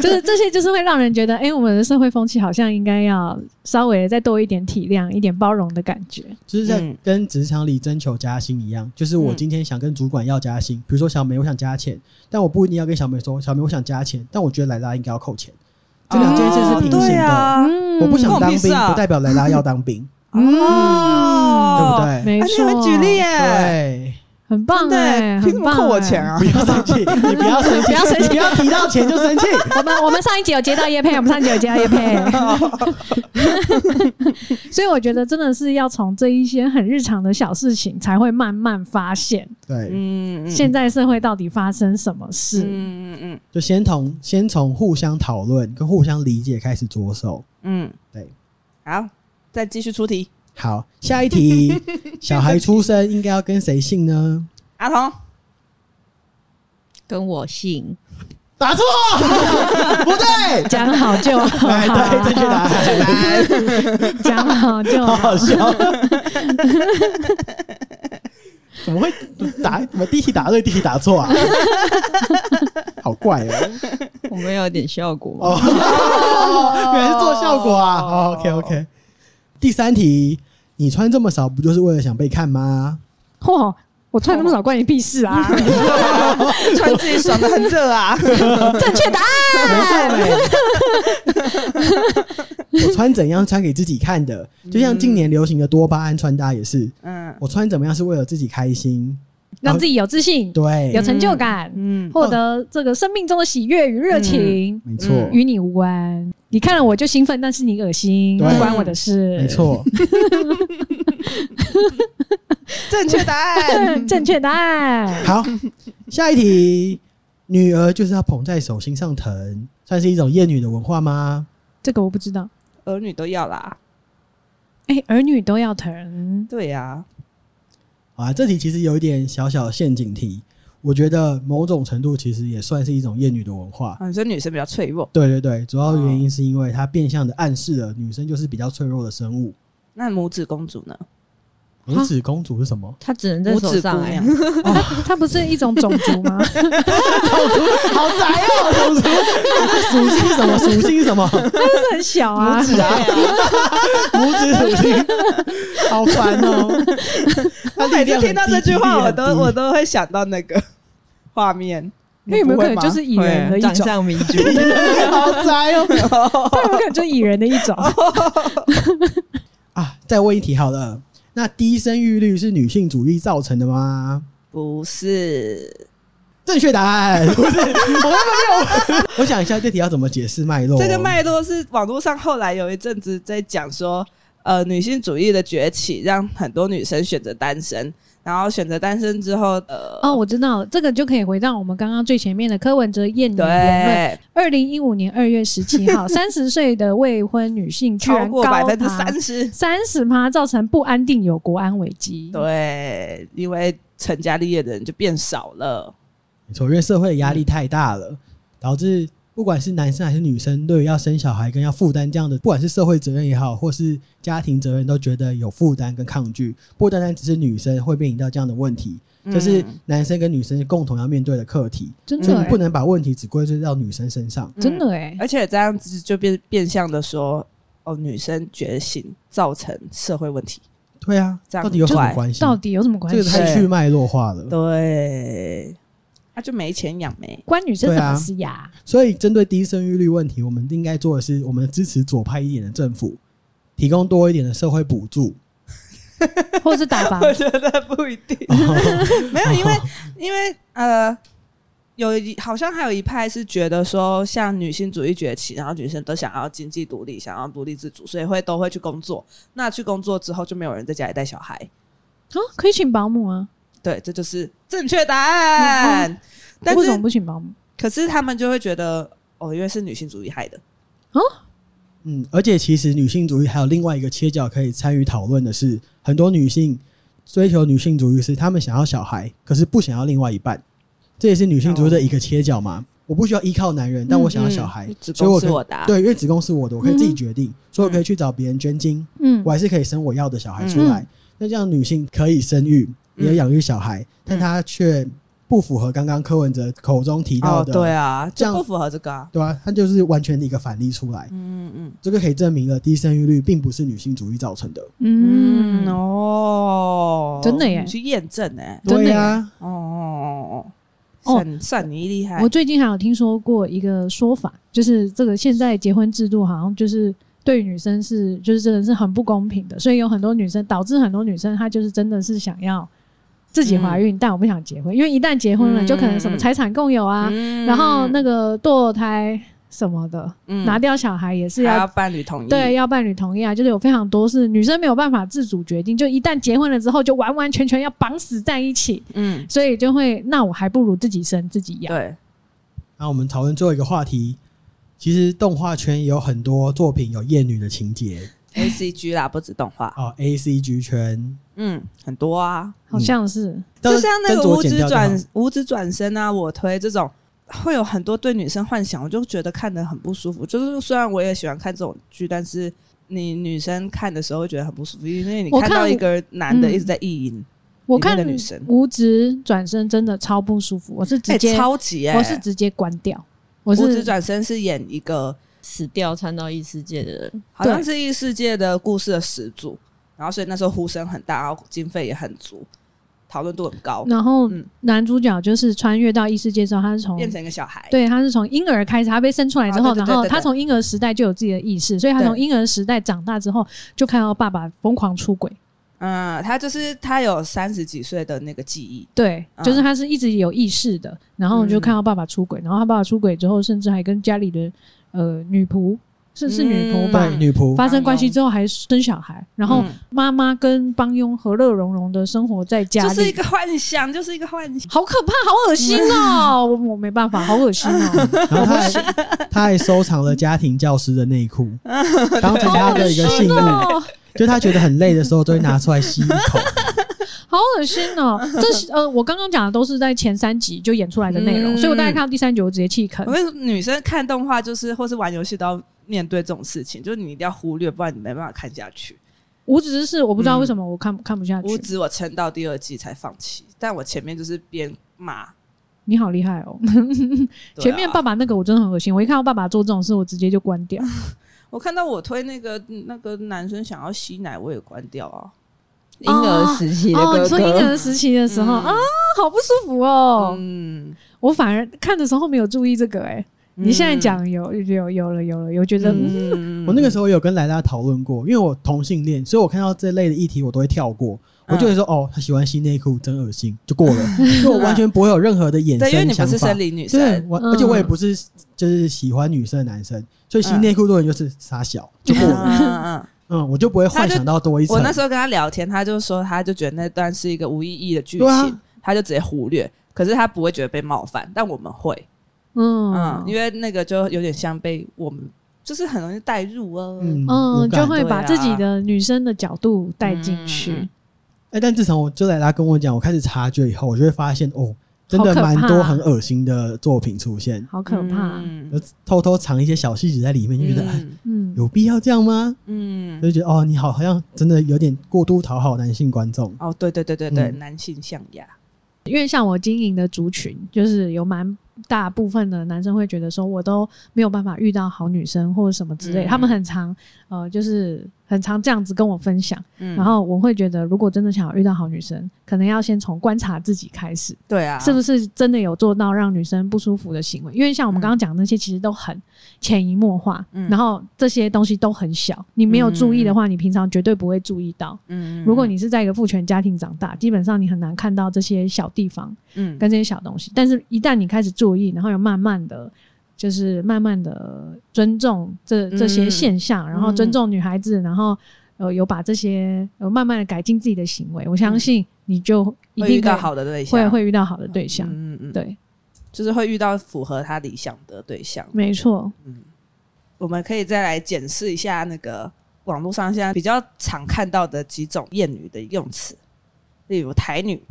S2: 就是这些，就是会让人觉得，哎、我们的社会风气好像应该要稍微再多一点体谅、一点包容的感觉。
S3: 就是在
S1: 嗯
S3: 跟职场里征求加薪一样，就是我
S1: 嗯
S3: 今天想跟主管要加薪，比如说小梅，我想加钱，但我不一定要跟小梅说，小梅我想加钱，但我觉得莱拉应该要扣钱，这两件事是
S1: 哦
S3: 平行
S1: 对
S3: 的。
S1: 啊，
S2: 嗯
S3: 我不想
S1: 关
S3: 当
S1: 我屁
S3: 兵
S1: 事，啊
S3: 不代表莱拉要当兵，对不
S1: 哦，
S3: 对？
S2: 嗯没
S1: 而且
S2: 错，
S1: 很举例耶，
S3: 对，
S2: 很棒哎、
S1: 对，
S2: 很
S1: 凭什么
S2: 棒
S1: 扣我
S2: 哎
S1: 钱？啊
S3: 不？要生气，你不要生气，
S2: 不要生气
S3: 不要提到钱就生气。
S2: 我们我们上一集有接到叶佩，我们上一集有接到 叶佩， 所以我觉得真的是要从这一些很日常的小事情，才会慢慢发现
S3: 对，
S1: 嗯，嗯
S2: 现在社会到底发生什么
S1: 嗯
S2: 事。
S1: 嗯嗯
S3: 就先从先从互相讨论跟互相理解开始着手。
S1: 嗯，
S3: 对，
S1: 好，再继续出题，
S3: 好，下一题， 小孩出生应该要跟谁姓呢？
S1: 阿童，
S6: 跟我姓，
S3: 答错，不对，
S2: 讲好就好，
S3: 哎，对，正确答案，
S2: 讲好就
S3: 好
S2: 好
S3: 好。笑。 怎么会答？怎么第一题答对，第一题答错啊？好怪哦！
S6: 我们有点效果吗。
S3: 哦， 原来是做效果啊。哦、OK OK。第三题，你穿这么少，不就是为了想被看吗？
S2: 嚯，我穿那么少关你屁事啊！
S1: 穿自己爽的很热 啊，
S2: 正确答案，
S3: 我穿怎样穿给自己看的，就像近年流行的多巴胺穿搭也是，
S1: 嗯
S3: 我穿怎么样是为了自己开心。
S2: 让自己有自信、有
S3: 对，
S2: 成就感，
S1: 嗯，
S2: 获得这个生命中的喜悦与热情，
S3: 没错，
S2: 与你无关。你看了我就兴奋，但是你恶心，不
S3: 对
S2: 关我的事。
S3: 没，错。
S1: 正确答 案，
S2: 嗯正确答 案。
S3: 好，下一题，女儿就是要捧在手心上疼，算是一种厌女的文化吗？
S2: 这个我不知道，
S1: 儿女都要啦，
S2: 哎、儿女都要疼，
S1: 对啊呀、
S3: 好啊，这题其实有一点小小陷阱题，我觉得某种程度其实也算是一种厌女的文化。
S1: 啊，你说女生比较脆弱，
S3: 对对对，主要原因是因为它变相的暗示了女生就是比较脆弱的生物。
S1: 那拇指公主呢？
S3: 拇指公主是什么？
S6: 他只能在
S1: 拇
S6: 手
S1: 指
S6: 上
S1: 姑
S6: 哎、
S1: 娘，
S2: 它它不是一种种族吗？
S3: 好宅哦，种族 属性是什么？属性是什么？
S2: 这很小啊
S3: 拇，指啊， 拇指属 性，好烦哦。他
S1: 每
S3: 力
S1: 次
S3: 量很低
S1: 听到这句
S3: 力
S1: 话，
S3: 量
S1: 我
S2: 啊
S3: 很低
S1: 都我都会想到那个画面。
S2: 那有没有可能就
S1: 你
S2: 是蚁
S6: 会
S2: 人的一
S6: 哎掌
S2: 种？
S6: 上明珠，
S3: 好宅哦。
S1: 不会吗
S2: 它有没有可能就是蚁人的一种？
S3: 啊，再问一题好了，那低生育率是女性主义造成的吗？
S1: 不是？
S3: 正确答 案不是，我根本没有。我想一下这题要怎么解释脉络。
S2: 啊
S1: 这个脉络是网络上后来有一阵子在讲说，呃，女性主义的崛起让很多女生选择单身，然后选择单身之后，呃，
S2: 哦，我知道了，这个就可以回到我们刚刚最前面的柯文哲厌女言论。
S1: 对，
S2: 二零一五年二月十七 号，三十岁的未婚女性居
S1: 超
S2: 然
S1: 过
S2: 高
S1: 百
S2: 达
S1: 分之三十，
S2: 三十趴，造成不安定，有国安危机。，
S1: 对，因为成家立业的人就变少了。
S3: 没错，因为社会的压
S1: 嗯
S3: 力太大了，导致不管是男生还是女生，对于要生小孩跟要负担这样的，不管是社会责任也好，或是家庭责任，都觉得有负担跟抗拒。不单单只是女生会面临到这样的问题，这是
S1: 嗯
S3: 男生跟女生共同要面对的课题，
S2: 真
S3: 所
S2: 的、
S3: 以
S2: 欸
S3: 你不能把问题只归罪到女生身上。
S2: 真的哎、
S1: 而且这样子就变变相的说，哦，女生觉醒造成社会问题。
S3: 对啊，
S1: 这样
S3: 到底有什么
S1: 怪
S3: 关系？
S2: 到底有什么关
S3: 这个
S2: 系？
S3: 太去脉络化了。
S1: 对，他、就没钱养没。
S2: 关女生
S3: 对
S2: 什
S3: 啊
S2: 么事呀？
S3: 所以，针对低生育率问题，我们应该做的是，我们支持左派一点的政府，提供多一点的社会补 助。
S2: 或者是打 房？
S1: 我觉得不一定，没有， 因为因为呃，有一好像还有一派是觉得说，像女性主义崛起，然后女生都想要经济独立，想要独立自主，所以会都会去工作。那去工作之后，就没有人在家里带小孩。
S2: 啊，可以请保姆啊？
S1: 对，这就是正确答案。但
S2: 嗯哦为什么
S1: 是，
S2: 不请保姆？
S1: 可是他们就会觉得，哦，因为是女性主义害的。
S3: 嗯，而且其实女性主义还有另外一个切角可以参与讨论的是，很多女性追求女性主义是她们想要小孩，可是不想要另外一半，这也是女性主义的一个切角嘛。我不需要依靠男人，但我想要小孩，
S1: 嗯子
S3: 所以我
S1: 宫
S3: 可
S1: 是
S3: 以
S1: 我答。
S3: 对，因为子宫是我的，我可以自己决定，所以我可以
S1: 嗯
S3: 去找别人捐精，
S2: 嗯
S3: 我，还是可以生我要的小孩出来。那这样女性可以生育，
S1: 嗯
S3: 也养育小孩，但她却不符合刚刚柯文哲口中提到
S1: 哦，
S3: 的，
S1: 对啊，这
S3: 这样
S1: 不符合这个啊。
S3: 对啊，她就是完全的一个反例出来。
S1: 嗯嗯
S3: 这个可以证明了低生育率并不是女性主义造成的。
S2: 嗯，
S1: 哦，
S2: 真的耶
S1: 你去验证哎、
S2: 真的欸
S3: 对
S2: 耶
S3: 呀、
S1: 哦哦哦
S2: 哦
S1: 哦，算算你厉害
S2: 我，最近还有听说过一个说法，就是这个现在结婚制度好像就是对女生是就是真的是很不公平的，所以有很多女生导致很多女生她就是真的是想要自己怀孕，但我不想结婚，因为一旦结婚了，
S1: 嗯
S2: 就可能什么财产共有啊，
S1: 嗯
S2: 然后那个堕胎什么的，拿掉小孩也是
S1: 还
S2: 要
S1: 要伴侣同意，
S2: 对，要伴侣同意啊，就是有非常多是女生没有办法自主决定，就一旦结婚了之后，就完完全全要绑死在一起，
S1: 嗯，
S2: 所以就会那我还不如自己生自己养。
S1: 对，
S3: 那我们讨论最后一个话题，其实动画圈也有很多作品有厌女的情节
S1: A C G 啦，不止动画，
S3: 哦，A C G 圈，
S1: 嗯，很多啊，
S2: 好像是，
S3: 但
S1: 就是像那个
S3: 斟酌
S1: 五
S3: 剪
S1: 指
S3: 掉就好
S1: 转五指转身啊，我推这种。会有很多对女生幻想，我就觉得看得很不舒服。就是虽然我也喜欢看这种剧，但是你女生看的时候会觉得很不舒服，因为你
S2: 我
S1: 看
S2: 看
S1: 到一个男的
S2: 嗯
S1: 一直在意淫，
S2: 我
S1: 里面
S2: 看
S1: 的女生
S2: 无职转身真的超不舒服，我是直
S1: 哎，
S2: 接、
S1: 超级哎、
S2: 我是直接关掉，我
S1: 五指
S2: 是
S1: 转身是演一个
S6: 死掉穿到异世界的人，
S1: 好像是异世界的故事的始祖，然后所以那时候呼声很大，然后经费也很足，讨论度很高，
S2: 然后
S1: 嗯
S2: 男主角就是穿越到异世界之后，他是从
S1: 变成一个小孩，
S2: 对，他是从婴儿开始，他被生出来之后，
S1: 啊对对对
S2: 然后
S1: 对对
S2: 他从婴儿时代就有自己的意识，所以他
S1: 对
S2: 从婴儿时代长大之后，就看到爸爸疯狂出轨。
S1: 嗯，他就是他有三十几岁的那个记忆，
S2: 对，
S1: 嗯
S2: 就是他是一直有意识的，然后就
S1: 嗯
S2: 看到爸爸出轨，然后他爸爸出轨之后，甚至还跟家里的呃女仆是是女仆吧？
S3: 对，女
S1: 嗯
S3: 仆，
S2: 发生关系之后还生小孩，然后妈妈跟帮佣和乐融融的生活在家
S1: 就
S2: 里，
S1: 是一个幻想，就是一个幻想。
S2: 好可怕，好恶心哦！我我没办法，好恶心 哦！
S3: 然后他还他还收藏了家庭教师的内裤，当成他的一个信物，
S2: 哦，
S3: 就他觉得很累的时候就会拿出来吸一口。
S2: 好恶心哦！这是呃，我刚刚讲的都是在前三集就演出来的内容，
S1: 嗯
S2: 所以我大概看到第三集我直接弃坑
S1: 我。跟你说，女生看动画就是或是玩游戏都要面对这种事情，就是你一定要忽略，不然你没办法看下去。
S2: 我只是是我不知道为什么我看看不下
S1: 五
S2: 去。
S1: 指我撑到第二季才放弃，但我前面就是边骂，
S2: 你好厉害哦！
S1: 对啊
S2: 前面爸爸那个我真的很恶心，我一看到爸爸做这种事，我直接就关掉。
S1: 我看到我推那个那个男生想要吸奶，我也关掉啊。
S6: 婴儿时期的
S2: 哦，
S6: 哥
S2: 你说婴
S6: 哥，
S2: 儿时期的时候、啊，好不舒服哦。
S1: 嗯，
S2: 我反而看的时候没有注意这个、欸，你现在
S1: 嗯，
S2: 讲有有有了有了，有觉得、嗯、
S1: 嗯
S3: 我那个时候有跟莱拉讨论过，因为我同性恋，所以我看到这类的议题我都会跳过。
S1: 嗯
S3: 我就会说、哦，他喜欢吸内裤，真恶心，就过 了，因为我完全不会有任何的衍
S1: 对，因为
S3: 生
S1: 你不
S3: 想
S1: 是
S3: 法
S1: 生。理女
S3: 对，
S1: 生，
S3: 我、
S2: 嗯
S3: 而且我也不是就是喜欢女生的男生，所以吸
S1: 嗯
S3: 内裤多人就是傻小 就过
S1: 嗯
S3: 了，
S1: 嗯嗯。
S3: 嗯，我就不会幻想到多一层
S1: 我。那时候跟他聊天，他就说他就觉得那段是一个无意义的剧情，
S3: 对啊
S1: 他就直接忽略。可是他不会觉得被冒犯，但我们会，嗯，因为那个就有点像被我们，就是很容易带入哦。
S3: 嗯无
S2: 嗯，
S3: 感
S2: 就会
S1: 对
S2: 把
S1: 啊
S2: 自己的女生的角度带进去。
S1: 嗯
S3: 哎、但自从我就莱拉跟我讲，我开始察觉以后，我就会发现哦，真的
S2: 好可怕
S3: 蛮
S1: 啊
S3: 多很恶心的作品出现，
S2: 好可怕，
S1: 嗯
S3: 就偷偷藏一些小细节在里面，就觉得、哎，
S2: 嗯，
S3: 有必要这样吗？
S1: 嗯，
S3: 就觉得哦，你好，好像真的有点过度讨好男性观众。
S1: 哦，对对对对对，
S3: 嗯
S1: 男性象牙，
S2: 因为像我经营的族群，就是有蛮大部分的男生会觉得说，我都没有办法遇到好女生或者什么之类，
S1: 嗯
S2: 他们很常呃，就是很常这样子跟我分享，
S1: 嗯
S2: 然后我会觉得，如果真的想要遇到好女生，可能要先从观察自己开始，
S1: 对啊，
S2: 是不是真的有做到让女生不舒服的行为？因为像我们刚刚讲的那些，其实都很潜移默化，
S1: 嗯
S2: 然后这些东西都很小，你没有注意的话，你平常绝对不会注意到。
S1: 嗯？嗯，
S2: 如果你是在一个父权家庭长大，基本上你很难看到这些小地方
S1: 嗯
S2: 跟这些小东西。但是，一旦你开始注意，然后有慢慢的。就是慢慢的尊重这
S1: 嗯
S2: 这些现象，然后尊重女孩子，然后呃有把这些呃慢慢的改进自己的行为，我相信你就一
S1: 会
S2: 定
S1: 遇到
S2: 可以
S1: 好的对象，
S2: 会会遇到好的对象。
S1: 嗯嗯嗯，
S2: 对，
S1: 就是会遇到符合他理想的对象。
S2: 没错。
S1: 我们可以再来检视一下那个网络上现在比较常看到的几种艳女的用词，例如台女，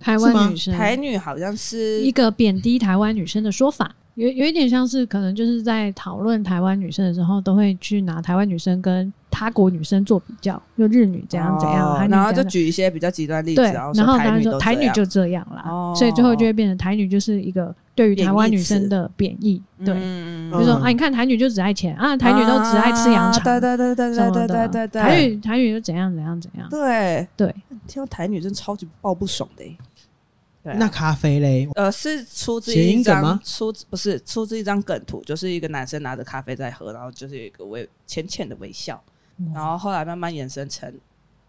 S2: 台
S3: 是吗
S2: 湾女生，
S1: 台女好像是
S2: 一个贬低台湾女生的说法，有有一点像是可能就是在讨论台湾女生的时候，都会去拿台湾女生跟他国女生做比较，就日女怎样怎样，
S1: 哦
S2: 韩女
S1: 然后
S2: 怎
S1: 就
S2: 样
S1: 举一些比较极端例子，
S2: 对，
S1: 后
S2: 然
S1: 说
S2: 后
S1: 台
S2: 当
S1: 女
S2: 然
S1: 都
S2: 说台
S1: 这
S2: 女
S1: 样
S2: 就这样啦，
S1: 哦
S2: 所以最后就会变成台女就是一个对于台湾女生的贬义，对，
S1: 嗯
S2: 比如说
S3: 嗯
S2: 啊，你看台女就只爱钱啊，台女都只爱吃羊肠，
S1: 啊对对对对
S2: 什
S1: 对对
S2: 么的，
S1: 对对对，
S2: 台女台女就怎样怎样怎样，
S1: 对，
S2: 对，
S1: 听到台女真超级爆不爽的欸、对啊
S3: 那咖啡嘞，
S1: 呃，是出自
S3: 谐
S1: 一
S3: 音梗
S1: 张
S3: 吗
S1: 出自不是出自一张梗图，就是一个男生拿着咖啡在喝，然后就是有一个微浅浅的微笑，然后后来慢慢衍生成，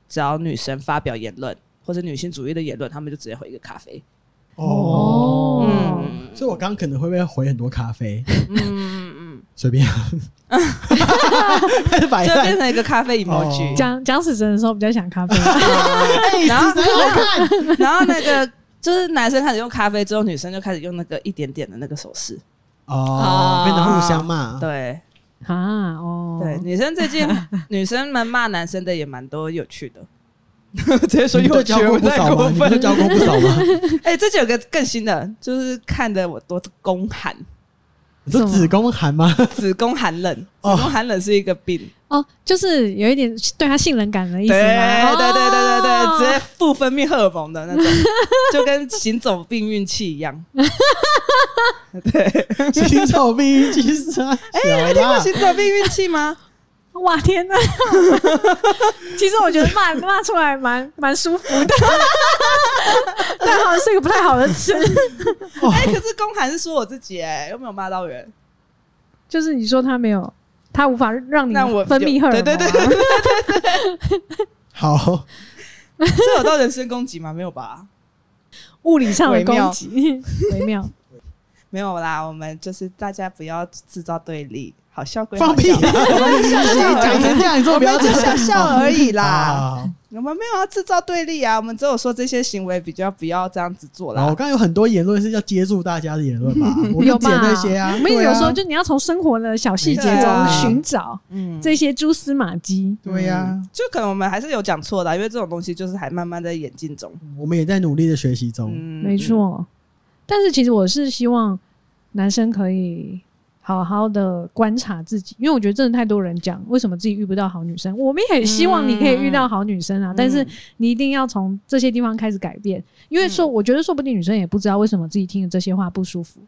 S1: 只要女生发表言论或者女性主义的言论，他们就直接回一个咖啡。
S3: 哦，
S2: 哦
S1: 嗯
S3: 所以我刚刚可能会被回很多咖啡，
S1: 嗯嗯
S3: 随便，开始摆
S1: 嗯，就
S3: 烂
S1: 变。成一个咖啡 emoji，、
S3: 哦
S2: 讲讲死神的时候比较想咖啡，
S1: 然后 然后那个就是男生开始用咖啡之后，女生就开始用那个一点点的那个手势。
S3: 哦，变成互相骂。
S1: 对
S2: 啊，哦，
S1: 对，女生最近 女生们骂男生的也蛮多有趣的。直接说
S3: 你
S1: 有
S3: 都
S1: 趣
S3: 教，过
S1: 我
S3: 不
S1: 太
S3: 少
S1: 过
S3: 吗？你
S1: 分
S3: 不是教过不少吗？
S1: 哎、这就有个更新的，就是看的我多宫 寒，
S3: 你说子宫寒吗？
S1: 子宫寒冷，子
S3: 哦
S1: 宫寒冷是一个病，
S2: 哦，就是有一点对他性冷感的意
S1: 对
S2: 思
S1: 对
S2: 吗？
S1: 对对对对，
S2: 哦
S1: 直接不分泌荷尔蒙的那种， 就跟行走避孕器 一样。对，
S3: 行走避孕器是啥？哎，
S1: 听过行走避孕器 吗？
S2: 哦哇 天哪！其实我觉得骂骂出来蛮蛮舒服的， 但好像是一个不太好的词。
S1: 哎、
S3: 哦
S1: 可是宫寒是说我自己、哎，又没有骂到人，
S2: 就是你说他没有，他无法让你
S1: 让我
S2: 分泌
S1: 有
S2: 荷尔蒙啊，
S1: 对对对对，
S3: 好，
S1: 这有到人身攻击吗？没有吧？
S2: 物理上的
S1: 微妙
S2: 攻击，微妙。
S1: 没有啦，我们就是大家不要制造对立，好笑归
S3: 放
S1: 好
S3: 屁
S1: 笑
S3: 啦！ 讲啊成这样，你说
S1: 我
S3: 不要
S1: 们就想笑而已
S3: 好
S1: 啦，
S3: 好好好
S1: 我们没有要制造对立啊，我们只有说这些行为比较不要这样子做
S3: 哦然后我
S1: 啦。
S3: 刚刚有很多言论是要接住大家的言论吧，我就
S2: 有
S3: 剪
S2: 吧？
S3: 那些啊。
S2: 我们一直
S3: 对啊
S2: 有说，就你要从生活的小细节
S1: 对
S2: 中
S1: 啊
S2: 寻找
S1: 嗯，
S2: 这些蛛丝马迹。
S3: 对啊呀，
S1: 就可能我们还是有讲错的啊，因为这种东西就是还慢慢在演进中。
S3: 我们也在努力的学习中。
S1: 嗯，
S2: 没错，但是其实我是希望男生可以好好的观察自己，因为我觉得真的太多人讲为什么自己遇不到好女生，我们也很希望你可以遇到好女生啊，
S1: 嗯
S2: 但是你一定要从这些地方开始改变，因
S1: 嗯
S2: 为说我觉得说不定女生也不知道为什么自己听了这些话不舒服，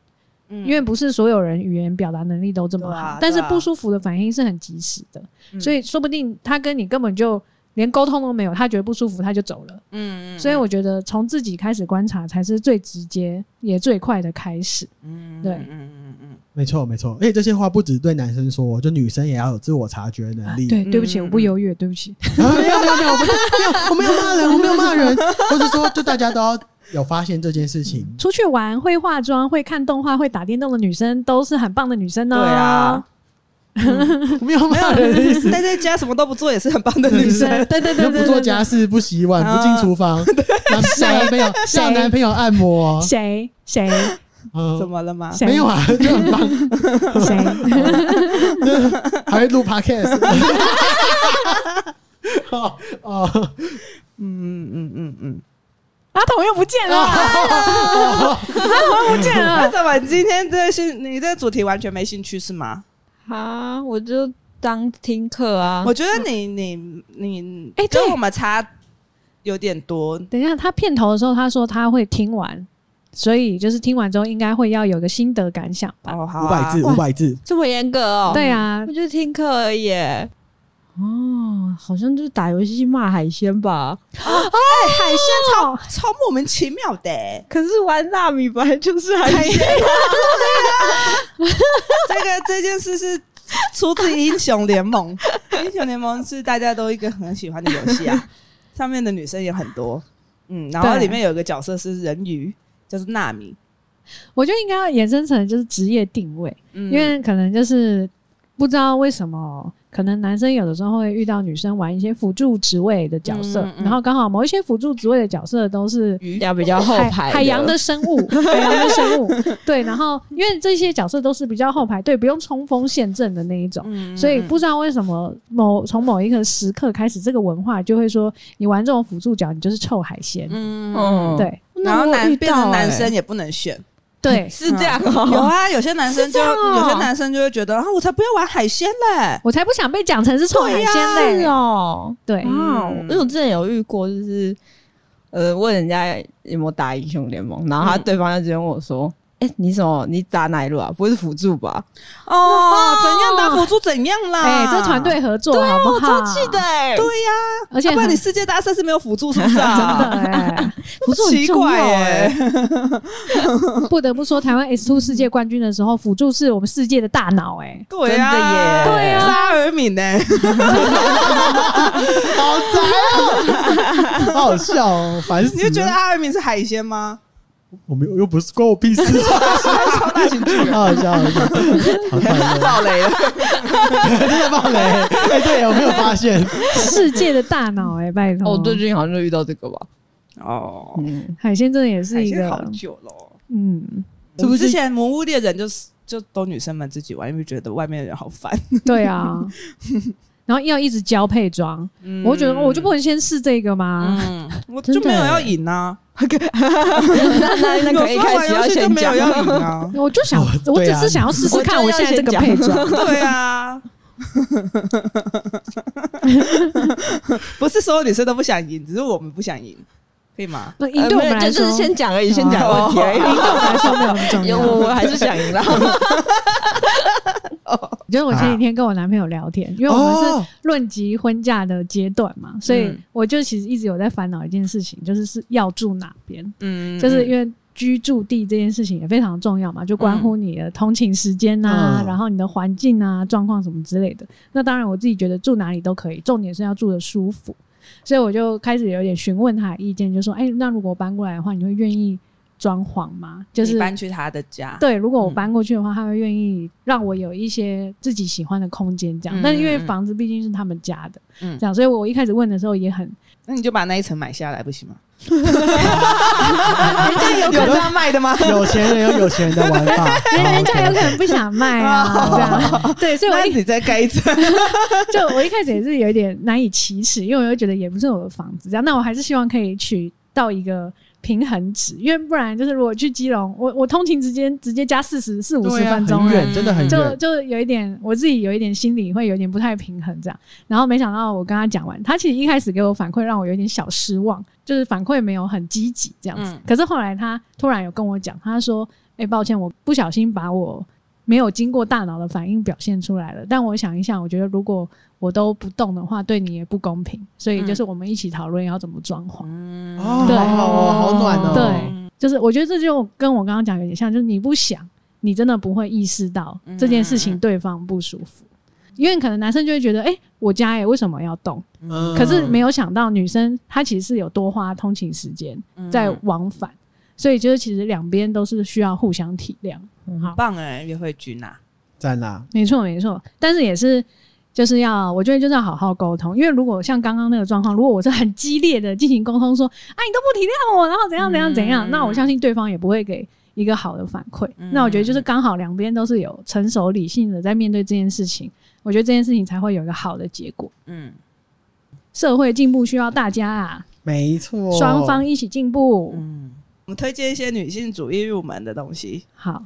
S1: 嗯，
S2: 因为不是所有人语言表达能力都这么好，
S1: 对啊
S2: 但是
S1: 对啊
S2: 不舒服的反应是很及时的，
S1: 嗯
S2: 所以说不定他跟你根本就连沟通都没有，他觉得不舒服他就走了。
S1: 嗯，嗯
S2: 所以我觉得从自己开始观察才是最直接也最快的开始。
S1: 嗯
S2: 对
S1: 嗯嗯嗯
S3: 没错，没错。而且这些话不只对男生说，就女生也要有自我察觉能力。
S2: 啊对，
S1: 嗯
S2: 对不起，
S1: 嗯
S2: 我不优越，对不起。
S3: 没有没有没有，我不是没有，我没有骂人，我没有骂人，我是说，就大家都要有发现这件事情。
S2: 出去玩会化妆、会看动画、会打电动的女生都是很棒的女生
S1: 嗯，
S2: 哦。
S1: 对啊，
S2: 嗯
S3: 我没有
S1: 没
S3: 骂人的意
S1: 有
S3: 思，
S1: 待在家什么都不做也是很棒的女生。
S2: 对对对
S3: 就
S2: 对，啊
S3: 不做
S2: 对
S3: 家。事，不洗碗，不进 厨房，让向男朋友向
S2: 谁
S3: 男朋友按摩
S2: 对，谁谁
S1: 怎
S3: 嗯，
S1: 么了吗？
S2: 谁
S3: 没有啊， 就很棒，
S2: 谁？
S3: 还会录 podcast。哦哦，
S1: 嗯嗯嗯 嗯
S2: 阿童啊又不 见了，阿
S3: 哦
S2: 童不见
S1: 嗯，为
S2: 了。
S1: 什么你今天这是你这个主题完全没兴趣是吗？
S6: 啊，我就当听课啊
S1: 我。觉得你你你，
S2: 哎对
S1: 跟我们差有点多。
S2: 等一下，他片头的时候他说他会听完，所以就是听完之后应该会要有个心得感想吧？
S1: 哦，好
S3: 五百
S1: 啊，
S3: 字，五百字，
S6: 这么严格哦？
S2: 对，啊
S6: 我，就听课而已。哦，好像就是打游戏骂海鲜吧？
S2: 海鲜草
S1: 超莫名其妙的欸、
S6: 可是玩纳米本来就是海鲜，
S1: 这个这件事是出自英雄联盟， 英雄联盟是大家都一个很喜欢的游戏 啊，上面的女生也很多。嗯，然后
S2: 对
S1: 里面有一个角色是人鱼，就是纳米，
S2: 我觉得应该要衍生成就是职业定位，
S1: 嗯
S2: 因为可能就是不知道为什么，可能男生有的时候会遇到女生玩一些辅助职位的角色，
S1: 嗯嗯嗯
S2: 然后刚好某一些辅助职位的角色都是
S6: 要比较后
S2: 海
S6: 排
S2: 海洋的生 物，海洋的生物，对，然后因为这些角色都是比较后排，对，不用冲锋陷阵的那一种。
S1: 嗯
S2: 所以不知道为什么某从某一个时刻开始，这个文化就会说，你玩这种辅助角，你就是臭海鲜。
S1: 嗯
S6: 嗯
S2: 对
S1: 然后
S6: 那我
S1: 男
S6: 遇
S1: 变成
S6: 到
S1: 男
S6: 欸
S1: 生也不能选，
S2: 对，
S1: 嗯
S6: 是这样哦。
S1: 有啊，有些男生就、
S2: 哦
S1: 有些男生就会觉得啊，我才不要玩海鲜嘞，
S2: 我才不想被讲成是臭海鲜
S6: 是
S2: 类。
S6: 哦，
S2: 对，
S6: 啊，
S1: 嗯
S6: 因为我之前有遇过，就是呃问人家有没有打英雄联盟，然后他
S1: 嗯
S6: 对方就直接问我说：“哎、你什么？你打哪一路啊？不是辅助吧
S1: 哦，怎样打辅助怎样啦，
S2: 哎、这团。队合作
S1: 啊
S2: 好不？”
S6: 啊我
S2: 好？
S6: 超气的、欸，
S1: 对呀、
S2: 而且
S1: 啊要不然
S2: 很
S1: 你世界大赛是没有辅助，是不是
S2: 真的
S1: 啊？
S2: 哎、
S6: 辅助很
S1: 奇
S6: 重要
S1: 怪
S6: 哎、
S1: 欸
S2: 欸不得不说，台湾 S Two 世界冠军的时候，辅助是我们世界的大脑 哎、
S1: 对呀、
S6: 真的耶对啊
S1: 沙尔敏呢、
S3: 好宅哦，好好笑哦，烦死 了！
S1: 你就觉得阿尔敏是啊海鲜吗？
S3: 我没有，又不是关我屁 事，
S1: 超大型巨人，
S3: 好好笑，好好笑，好快 乐，
S1: 爆雷 了！
S3: 真的爆雷！哎，对，我没有发现，
S2: 世界的大脑哎、拜托。
S6: 哦，最近好像就遇到这个吧。
S1: 哦，
S6: 嗯，
S2: 海鲜真的也是
S1: 海
S2: 一
S1: 鲜
S2: 个
S1: 好久了。
S2: 嗯，
S1: 我
S3: 是不
S1: 们
S3: 是
S1: 之前《魔物猎人》就是就都女生们自己玩，因为觉得外面的人好烦。
S2: 对啊。然后要一直教配装，我就觉得、哦我就不能先试这个吗？
S1: 嗯，我
S2: 真
S1: 就
S2: 的。
S1: 没有要赢啊，
S6: 那那那可以
S1: 有时候
S6: 开
S1: 玩
S6: 始
S1: 游
S6: 要
S1: 戏就
S6: 先
S1: 没有
S6: 讲
S1: 要 赢啊
S2: 我就想，
S3: 哦
S2: 我
S3: 对
S2: 只
S3: 啊
S2: 是想要试试看
S6: 我
S2: 我
S6: 就要
S2: 现在这个
S6: 先
S2: 配
S6: 讲
S2: 装。
S1: 对啊，不是所有女生都不想赢，只是我们不想赢，可以吗？
S2: 那赢
S6: 呃
S2: 对我
S6: 没
S2: 们
S6: 有，
S2: 来
S6: 就
S2: 说，
S6: 是先讲而已，先讲
S1: 哦
S6: 问题 而
S2: 赢对我们来说没有那么重
S6: 已。
S2: 要。
S6: 我我还是想赢啦，
S2: 就是我
S1: 啊
S2: 前几天跟我男朋友聊天，因为我们
S1: 哦
S2: 是论及婚嫁的阶段嘛，所以
S1: 嗯
S2: 我就其实一直有在烦恼一件事情，就是是要住哪边，
S1: 嗯嗯
S2: 就是因为居住地这件事情也非常重要嘛，就关乎你的通勤时间呐、
S3: 嗯
S2: 然后你的环境啊、状况什么之类的。那当然，我自己觉得住哪里都可以，重点是要住的舒服。所以我就开始有点询问他的意见，就说：“哎、那如果搬过来的话，你会愿意装潢嘛，就是
S1: 你搬去他的家，
S2: 对，如果我搬过去的话，他会愿意让我有一些自己喜欢的空间，这样。但因为
S1: 嗯嗯嗯
S2: 房子毕竟是他们家的，
S1: 嗯
S2: 这样，所以我一开始问的时候也很，
S1: 那你就把那一层买下来不 行吗？
S2: 人家有
S1: 有
S2: 可
S1: 这
S2: 能，
S1: 样卖的吗？
S3: 有钱人有有钱 人的玩法，
S2: 人
S3: 好
S2: 人家有
S3: OK
S2: 可能不想卖啊，这样。对，所以我
S1: 那
S2: 一
S1: 你再盖一层，
S2: 就我一开始也是有一点难以启齿，因为我又觉得也不是我的房子，这样。那我还是希望可以取到一个。平衡值，因为不然就是如果去基隆，我我通勤之间直接加四十四五十
S3: 对啊
S2: 分钟
S3: 很
S2: 了，
S3: 远，真的很
S2: 就
S3: 远。
S2: 就有一点，我自己有一点心里会有点不太平衡这样。然后没想到我跟他讲完，他其实一开始给我反馈让我有点小失望，就是反馈没有很积极这样子。
S1: 嗯
S2: 可是后来他突然有跟我讲，他说：“哎、抱歉，我不小心把我没有经过大脑的反应表现出来了。但我想一想，我觉得如果我都不动的话，对你也不公平。所
S3: 嗯
S2: 以就是我们一起讨论要怎么装潢。
S3: 哦，
S2: 对
S3: 好好哦，好暖哦。
S2: 对，就是我觉得这就跟我刚刚讲有点像，就是你不想，你真的不会意识到
S3: 嗯
S2: 这件事情对方不舒服，因为可能男生就会觉得，哎、我家耶为什么要动？
S3: 嗯
S2: 可是没有想到女生她其实是有多花通勤时间
S3: 嗯
S2: 在往返，所以就是其实两边都是需要互相体谅。很好
S1: 好，棒哎，约会局呐，
S3: 赞啦，
S2: 没错没错，但是也是。就是要，我觉得就是要好好沟通，因为如果像刚刚那个状况，如果我是很激烈的进行沟通说啊，你都不体谅我，然后怎样怎样怎样，
S1: 嗯
S2: 那我相信对方也不会给一个好的反馈。
S1: 嗯
S2: 那我觉得就是刚好两边都是有成熟理性的在面对这件事情，我觉得这件事情才会有一个好的结果。
S1: 嗯，
S2: 社会进步需要大家啊，
S3: 没错，哦
S2: 双方一起进步。
S1: 哦嗯，我们推荐一些女性主义入门的东西，
S2: 好，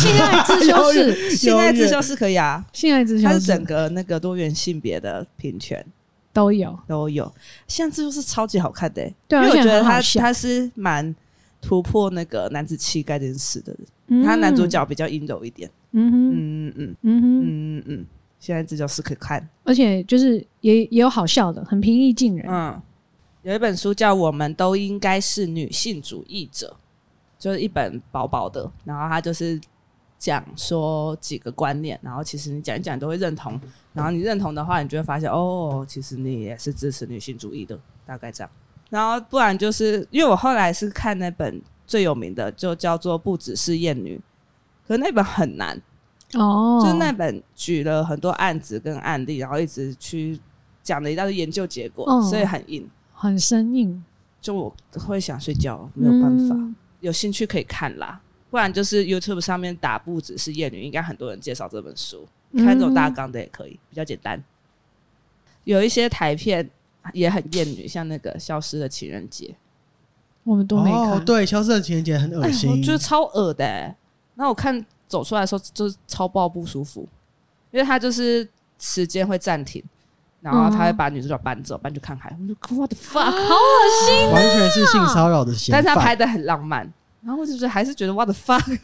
S2: 性爱 自修室，
S1: 性爱自修是可以啊，
S2: 性爱自修
S1: 它是整
S2: 室
S1: 个那个多元性别的平权
S2: 都有。
S1: 都有，性爱自修是超级好看的欸，
S2: 对啊
S1: 因为我
S2: 而且
S1: 觉得
S2: 很好
S1: 它
S2: 笑
S1: 它是蛮突破那个男子气概这件事的，
S2: 嗯
S1: 他男主，角比较阴柔一点，
S2: 嗯哼，
S1: 嗯嗯
S2: 嗯哼。
S1: 嗯嗯嗯，性爱自修是可以看，
S2: 而且就是也也有好笑的，很平易近人。
S1: 嗯，有一本书叫《我们都应该是女性主义者》，就是一本薄薄的，然后它就是讲说几个观念，然后其实你讲一讲都会认同，然后你认同的话，你就会发现哦，其实你也是支持女性主义的，大概这样。然后不然就是因为我后来是看那本最有名的，就叫做《不只是艳女》，可那本很难，
S2: 哦，
S1: 就是那本举了很多案子跟案例，然后一直去讲了一大堆研究结果，
S2: 嗯
S1: 所以很硬。
S2: 很生硬，
S1: 就我会想睡觉，没有办法。
S2: 嗯
S1: 有兴趣可以看啦，不然就是 YouTube 上面打“不只是艳女”，应该很多人介绍这本书，
S2: 嗯
S1: 看这种大纲的也
S3: 嗯
S1: 可以，比较简单。有一些台片也很艳女，像那个《消失的情人节
S2: 我们都没
S3: 哦
S2: 看。，
S3: 对，消失的情人节很》，恶
S1: 哎我
S3: 心，
S1: 觉得超恶的、欸。那我看走出来的时候，就是超爆不舒服，因为他就是时间会暂停，然后他会
S3: 嗯
S1: 把女主角搬走，搬去看海。我就 What the fuck！
S3: 完全是性骚扰的嫌
S1: 但是他
S3: 犯。
S1: 拍的很浪漫，然后我就觉得还是觉得 What the fuck！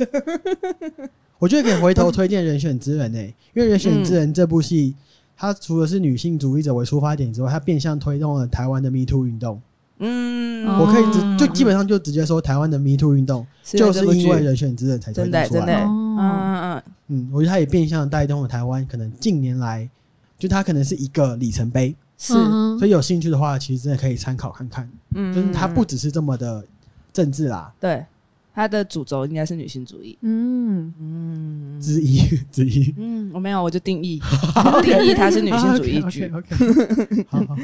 S3: 我觉得可以回头推荐《人选之人》诶，因为《人选之
S1: 嗯
S3: 人》这部戏，它除了是女性主义者为出发点之外，它变相推动了台湾的 Me Too 运动。
S1: 嗯
S2: 哦
S3: 我可以直就基本上就直接说，台湾的 Me Too 运动就是因为《人选之人》才推
S1: 真
S3: 动
S1: 的
S3: 出
S1: 真的，
S3: 来。
S1: 嗯
S2: 哦
S1: 嗯嗯，
S3: 嗯，我觉得它也变相带动了台湾可能近年来，就它可能是一个里程碑。
S1: 是，
S2: 嗯
S3: 所以有兴趣的话，其实真的可以参考看看，
S1: 嗯，
S3: 就是它不只是这么的政治啦
S1: 对，它的主轴应该是女性主义。
S2: 嗯，
S1: 嗯
S3: 之 一之一。
S1: 嗯，我没有，我就 定义定义它是女性主
S3: 啊
S1: 义剧，
S3: o k 好 好好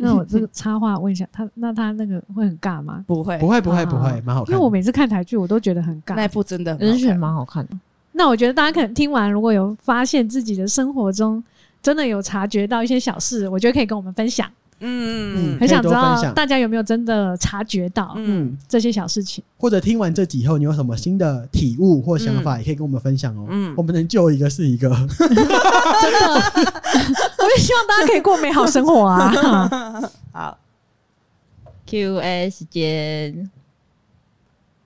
S2: 那我这个插话问一下，他那他那个会很尬吗？
S1: 不会
S3: 不，会不会不
S2: 啊
S3: 会，蛮好
S2: 因为
S3: 看的。
S2: 我每次看台剧，我都觉得很
S1: 那
S2: 尬
S1: 一。部真的很好看
S6: 人选蛮好看的，
S2: 那我觉得大家可能听完，如果有发现自己的生活中真的有察觉到一些小事，我觉得可以跟我们分享。
S1: 嗯
S3: 嗯
S2: 很想知
S3: 可以多分
S2: 道
S3: 享
S2: 大家有没有真的察觉到
S1: 嗯
S2: 这些小事情。
S3: 或者听完这集后，你有什么新的体悟或想
S6: 嗯
S3: 法，也可以跟我们分享哦。
S1: 嗯
S3: 我们能救一个是一个。
S2: 真的，我也希望大家可以过美好生 活啊！
S1: 好，
S6: Q&A 时间，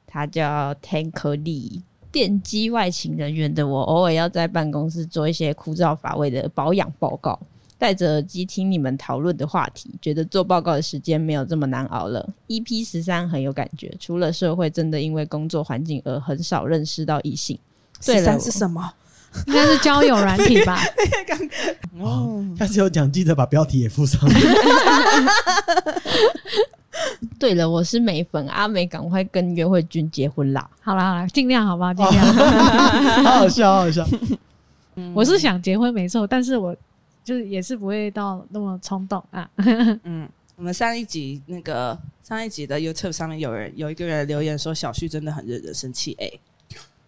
S6: 他叫 Tank Lee，电机外勤人员的我，偶尔要在办公室做一些枯燥乏味的保养报告，戴着耳机听你们讨论的话题，觉得做报告的时间没有这么难熬了。EP 十三很有感觉，除了社会真的因为工作环境而很少认识到异性，对
S1: 第
S6: 了
S1: 三是什么？
S2: 应该是交友软体吧？
S6: 哦
S3: 哦 下次有讲，记得把标题也附上。
S6: 对了，我是美粉，阿美赶快跟约会君结婚啦！
S2: 好啦好啦，尽量好不好？尽量。
S3: 哦好好笑，好好笑。
S1: 嗯
S2: 我是想结婚没错，但是我就是也是不会到那么冲动 啊。
S1: 嗯，我们上一集那个上一集的 YouTube 上面有人有一个人留言说小旭真的很惹人生气哎、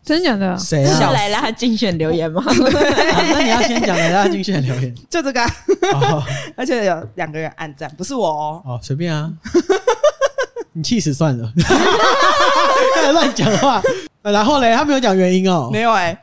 S2: 真假的？
S3: 谁
S6: 是
S3: 啊？
S6: 来拉竞选留言吗？
S3: 好那你要先讲来大家竞选留 言
S1: 就这个啊、
S3: 哦
S1: 而且有两个人暗赞，不是我哦，
S3: 哦，随便啊， 你气死算了， 乱讲话。呃然后嘞，他没有讲原因 哦，
S1: 没有哎、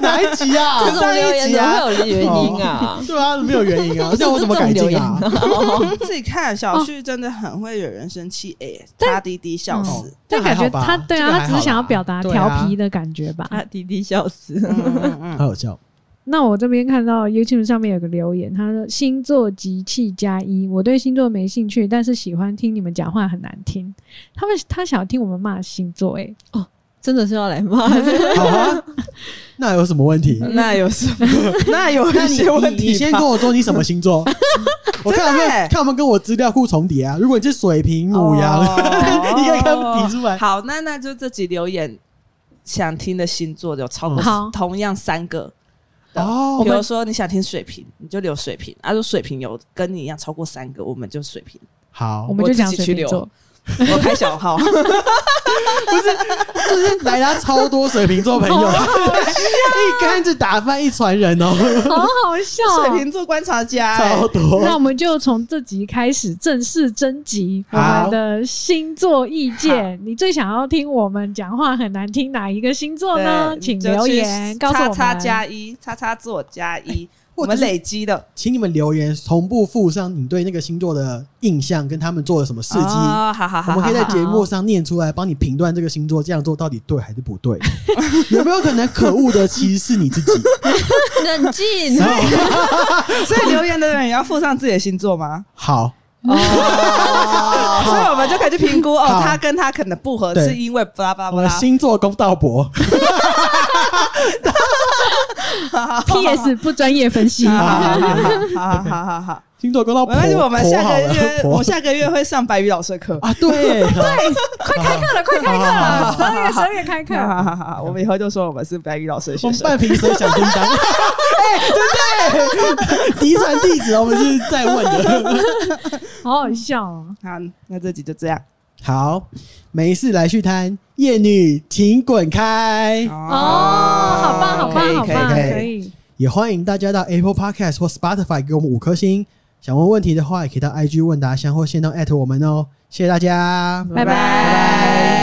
S3: 哪一集啊？
S6: 这种留言怎么会有原因啊？
S3: 对啊，没有原因啊，
S6: 不是
S3: 那我怎么改
S6: 这种留
S3: 进
S6: 言
S3: 啊？
S1: 哦自己看小旭真的很会惹人生
S2: 哦
S1: 气哎、他滴滴笑
S3: 哦
S1: 死，
S3: 这
S2: 但
S3: 还
S2: 感
S3: 好
S2: 觉
S3: 吧
S2: 他对
S3: 这个
S2: 啊，
S3: 还
S2: 他
S3: 好
S2: 只是想要
S3: 啦
S2: 表达
S3: 对
S2: 调
S3: 啊
S2: 皮的感觉吧。
S6: 啊，弟弟笑死！
S1: 嗯嗯
S3: 好
S1: 嗯，
S3: 好笑。
S2: 那我这边看到 YouTube 上面有个留言，他说星座集气加一，我对星座没兴趣，但是喜欢听你们讲话很难听。他们他想听我们骂星座、欸，
S6: 真的是要来骂，
S3: 好啊，那有什么问题？
S1: 那有什么？ 那有
S3: 那
S1: 一
S3: 你
S1: 些问
S3: 你你
S1: 题
S3: 先
S1: 吧
S3: 跟我说你什么星 座？我看有没
S1: 真的
S3: 有
S1: 欸
S3: 看有没有跟我资料库重叠啊？如果你是水瓶、母羊，
S1: 哦
S3: 你可以看他们提出来。
S1: 好，那那就这集留言想听的星座有超
S2: 嗯好
S1: 过同样三个。的
S3: 哦
S1: 比如说你想听水瓶，你就留水瓶；，啊，如果水瓶有跟你一样超过三个，我们就水 瓶。
S3: 好
S2: 我，们
S1: 我
S2: 就
S1: 自
S2: 讲
S1: 己
S2: 水
S1: 去
S2: 瓶
S1: 留
S2: 座。
S1: 我开小号，
S3: 就是莱拉超多水瓶座朋 友，哎一竿子打翻一船人哦，
S2: 好好笑哦、
S1: 水瓶座观察家、
S3: 超
S1: 欸。
S2: 那我
S3: 多。
S2: 们就从这集开始正式征集我
S3: 好
S2: 们的星座意见。你最想要听我们讲话很难听哪一个星座呢？
S1: 对
S2: 请
S1: 你就去
S2: 留言告诉
S1: 叉
S2: 我们。
S1: 叉 加一，叉叉座加一，
S3: 或
S1: 我
S3: 者
S1: 们
S3: 是
S1: 累积的
S3: 请你们留言，同步附上你对那个星座的印象，跟他们做了什么事迹。
S1: 哦好好好
S3: 我
S1: 好
S3: 们可以在
S1: 好，
S3: 节目上念出来，帮你评断这个星座这样做到底对还是不对， 有没有可能可恶的其实是你 自己？
S6: 冷 静。
S1: 所以留言的人也要附上自己的星座吗？
S3: 好，
S1: 所以我们就可以去评估哦
S3: 好，
S1: 他跟他可能不合，
S3: 对
S1: 是因为巴拉巴拉
S3: 我
S1: 巴
S3: 的
S1: 拉。
S3: 星座公道博，
S2: P.S. 不专业分 析。
S1: 好好好好好好好，
S3: 星座公道
S1: 没
S3: 博，
S1: 关系，我们
S3: 婆
S1: 下
S3: 好
S1: 个
S3: 了
S1: 月，
S3: 婆
S1: 我下个月会上白宇老师的课。
S3: 啊， 对对，快开课了，快开课了
S2: 十二月十二月开课
S1: 好，好好好，我们以后就说我们是白宇老师的
S3: 我
S1: 学
S3: 们
S1: 生。
S3: 半瓶水响 叮当，哎，对不对？嫡传弟子，我们是在 问的。
S2: 好好笑哦！
S1: 好，那这集就这样。
S3: 好，没事来续摊，夜女请滚开。
S2: 哦，好棒，好棒，好
S1: 可以
S2: 棒，
S1: 可以
S3: 可以
S2: 可以。
S3: 也欢迎大家到 Apple Podcast 或 Spotify 给我们五颗星。想问问题的话，也可以到 IG 问答箱或线动 at 我们哦。谢谢大家，
S2: 拜拜拜拜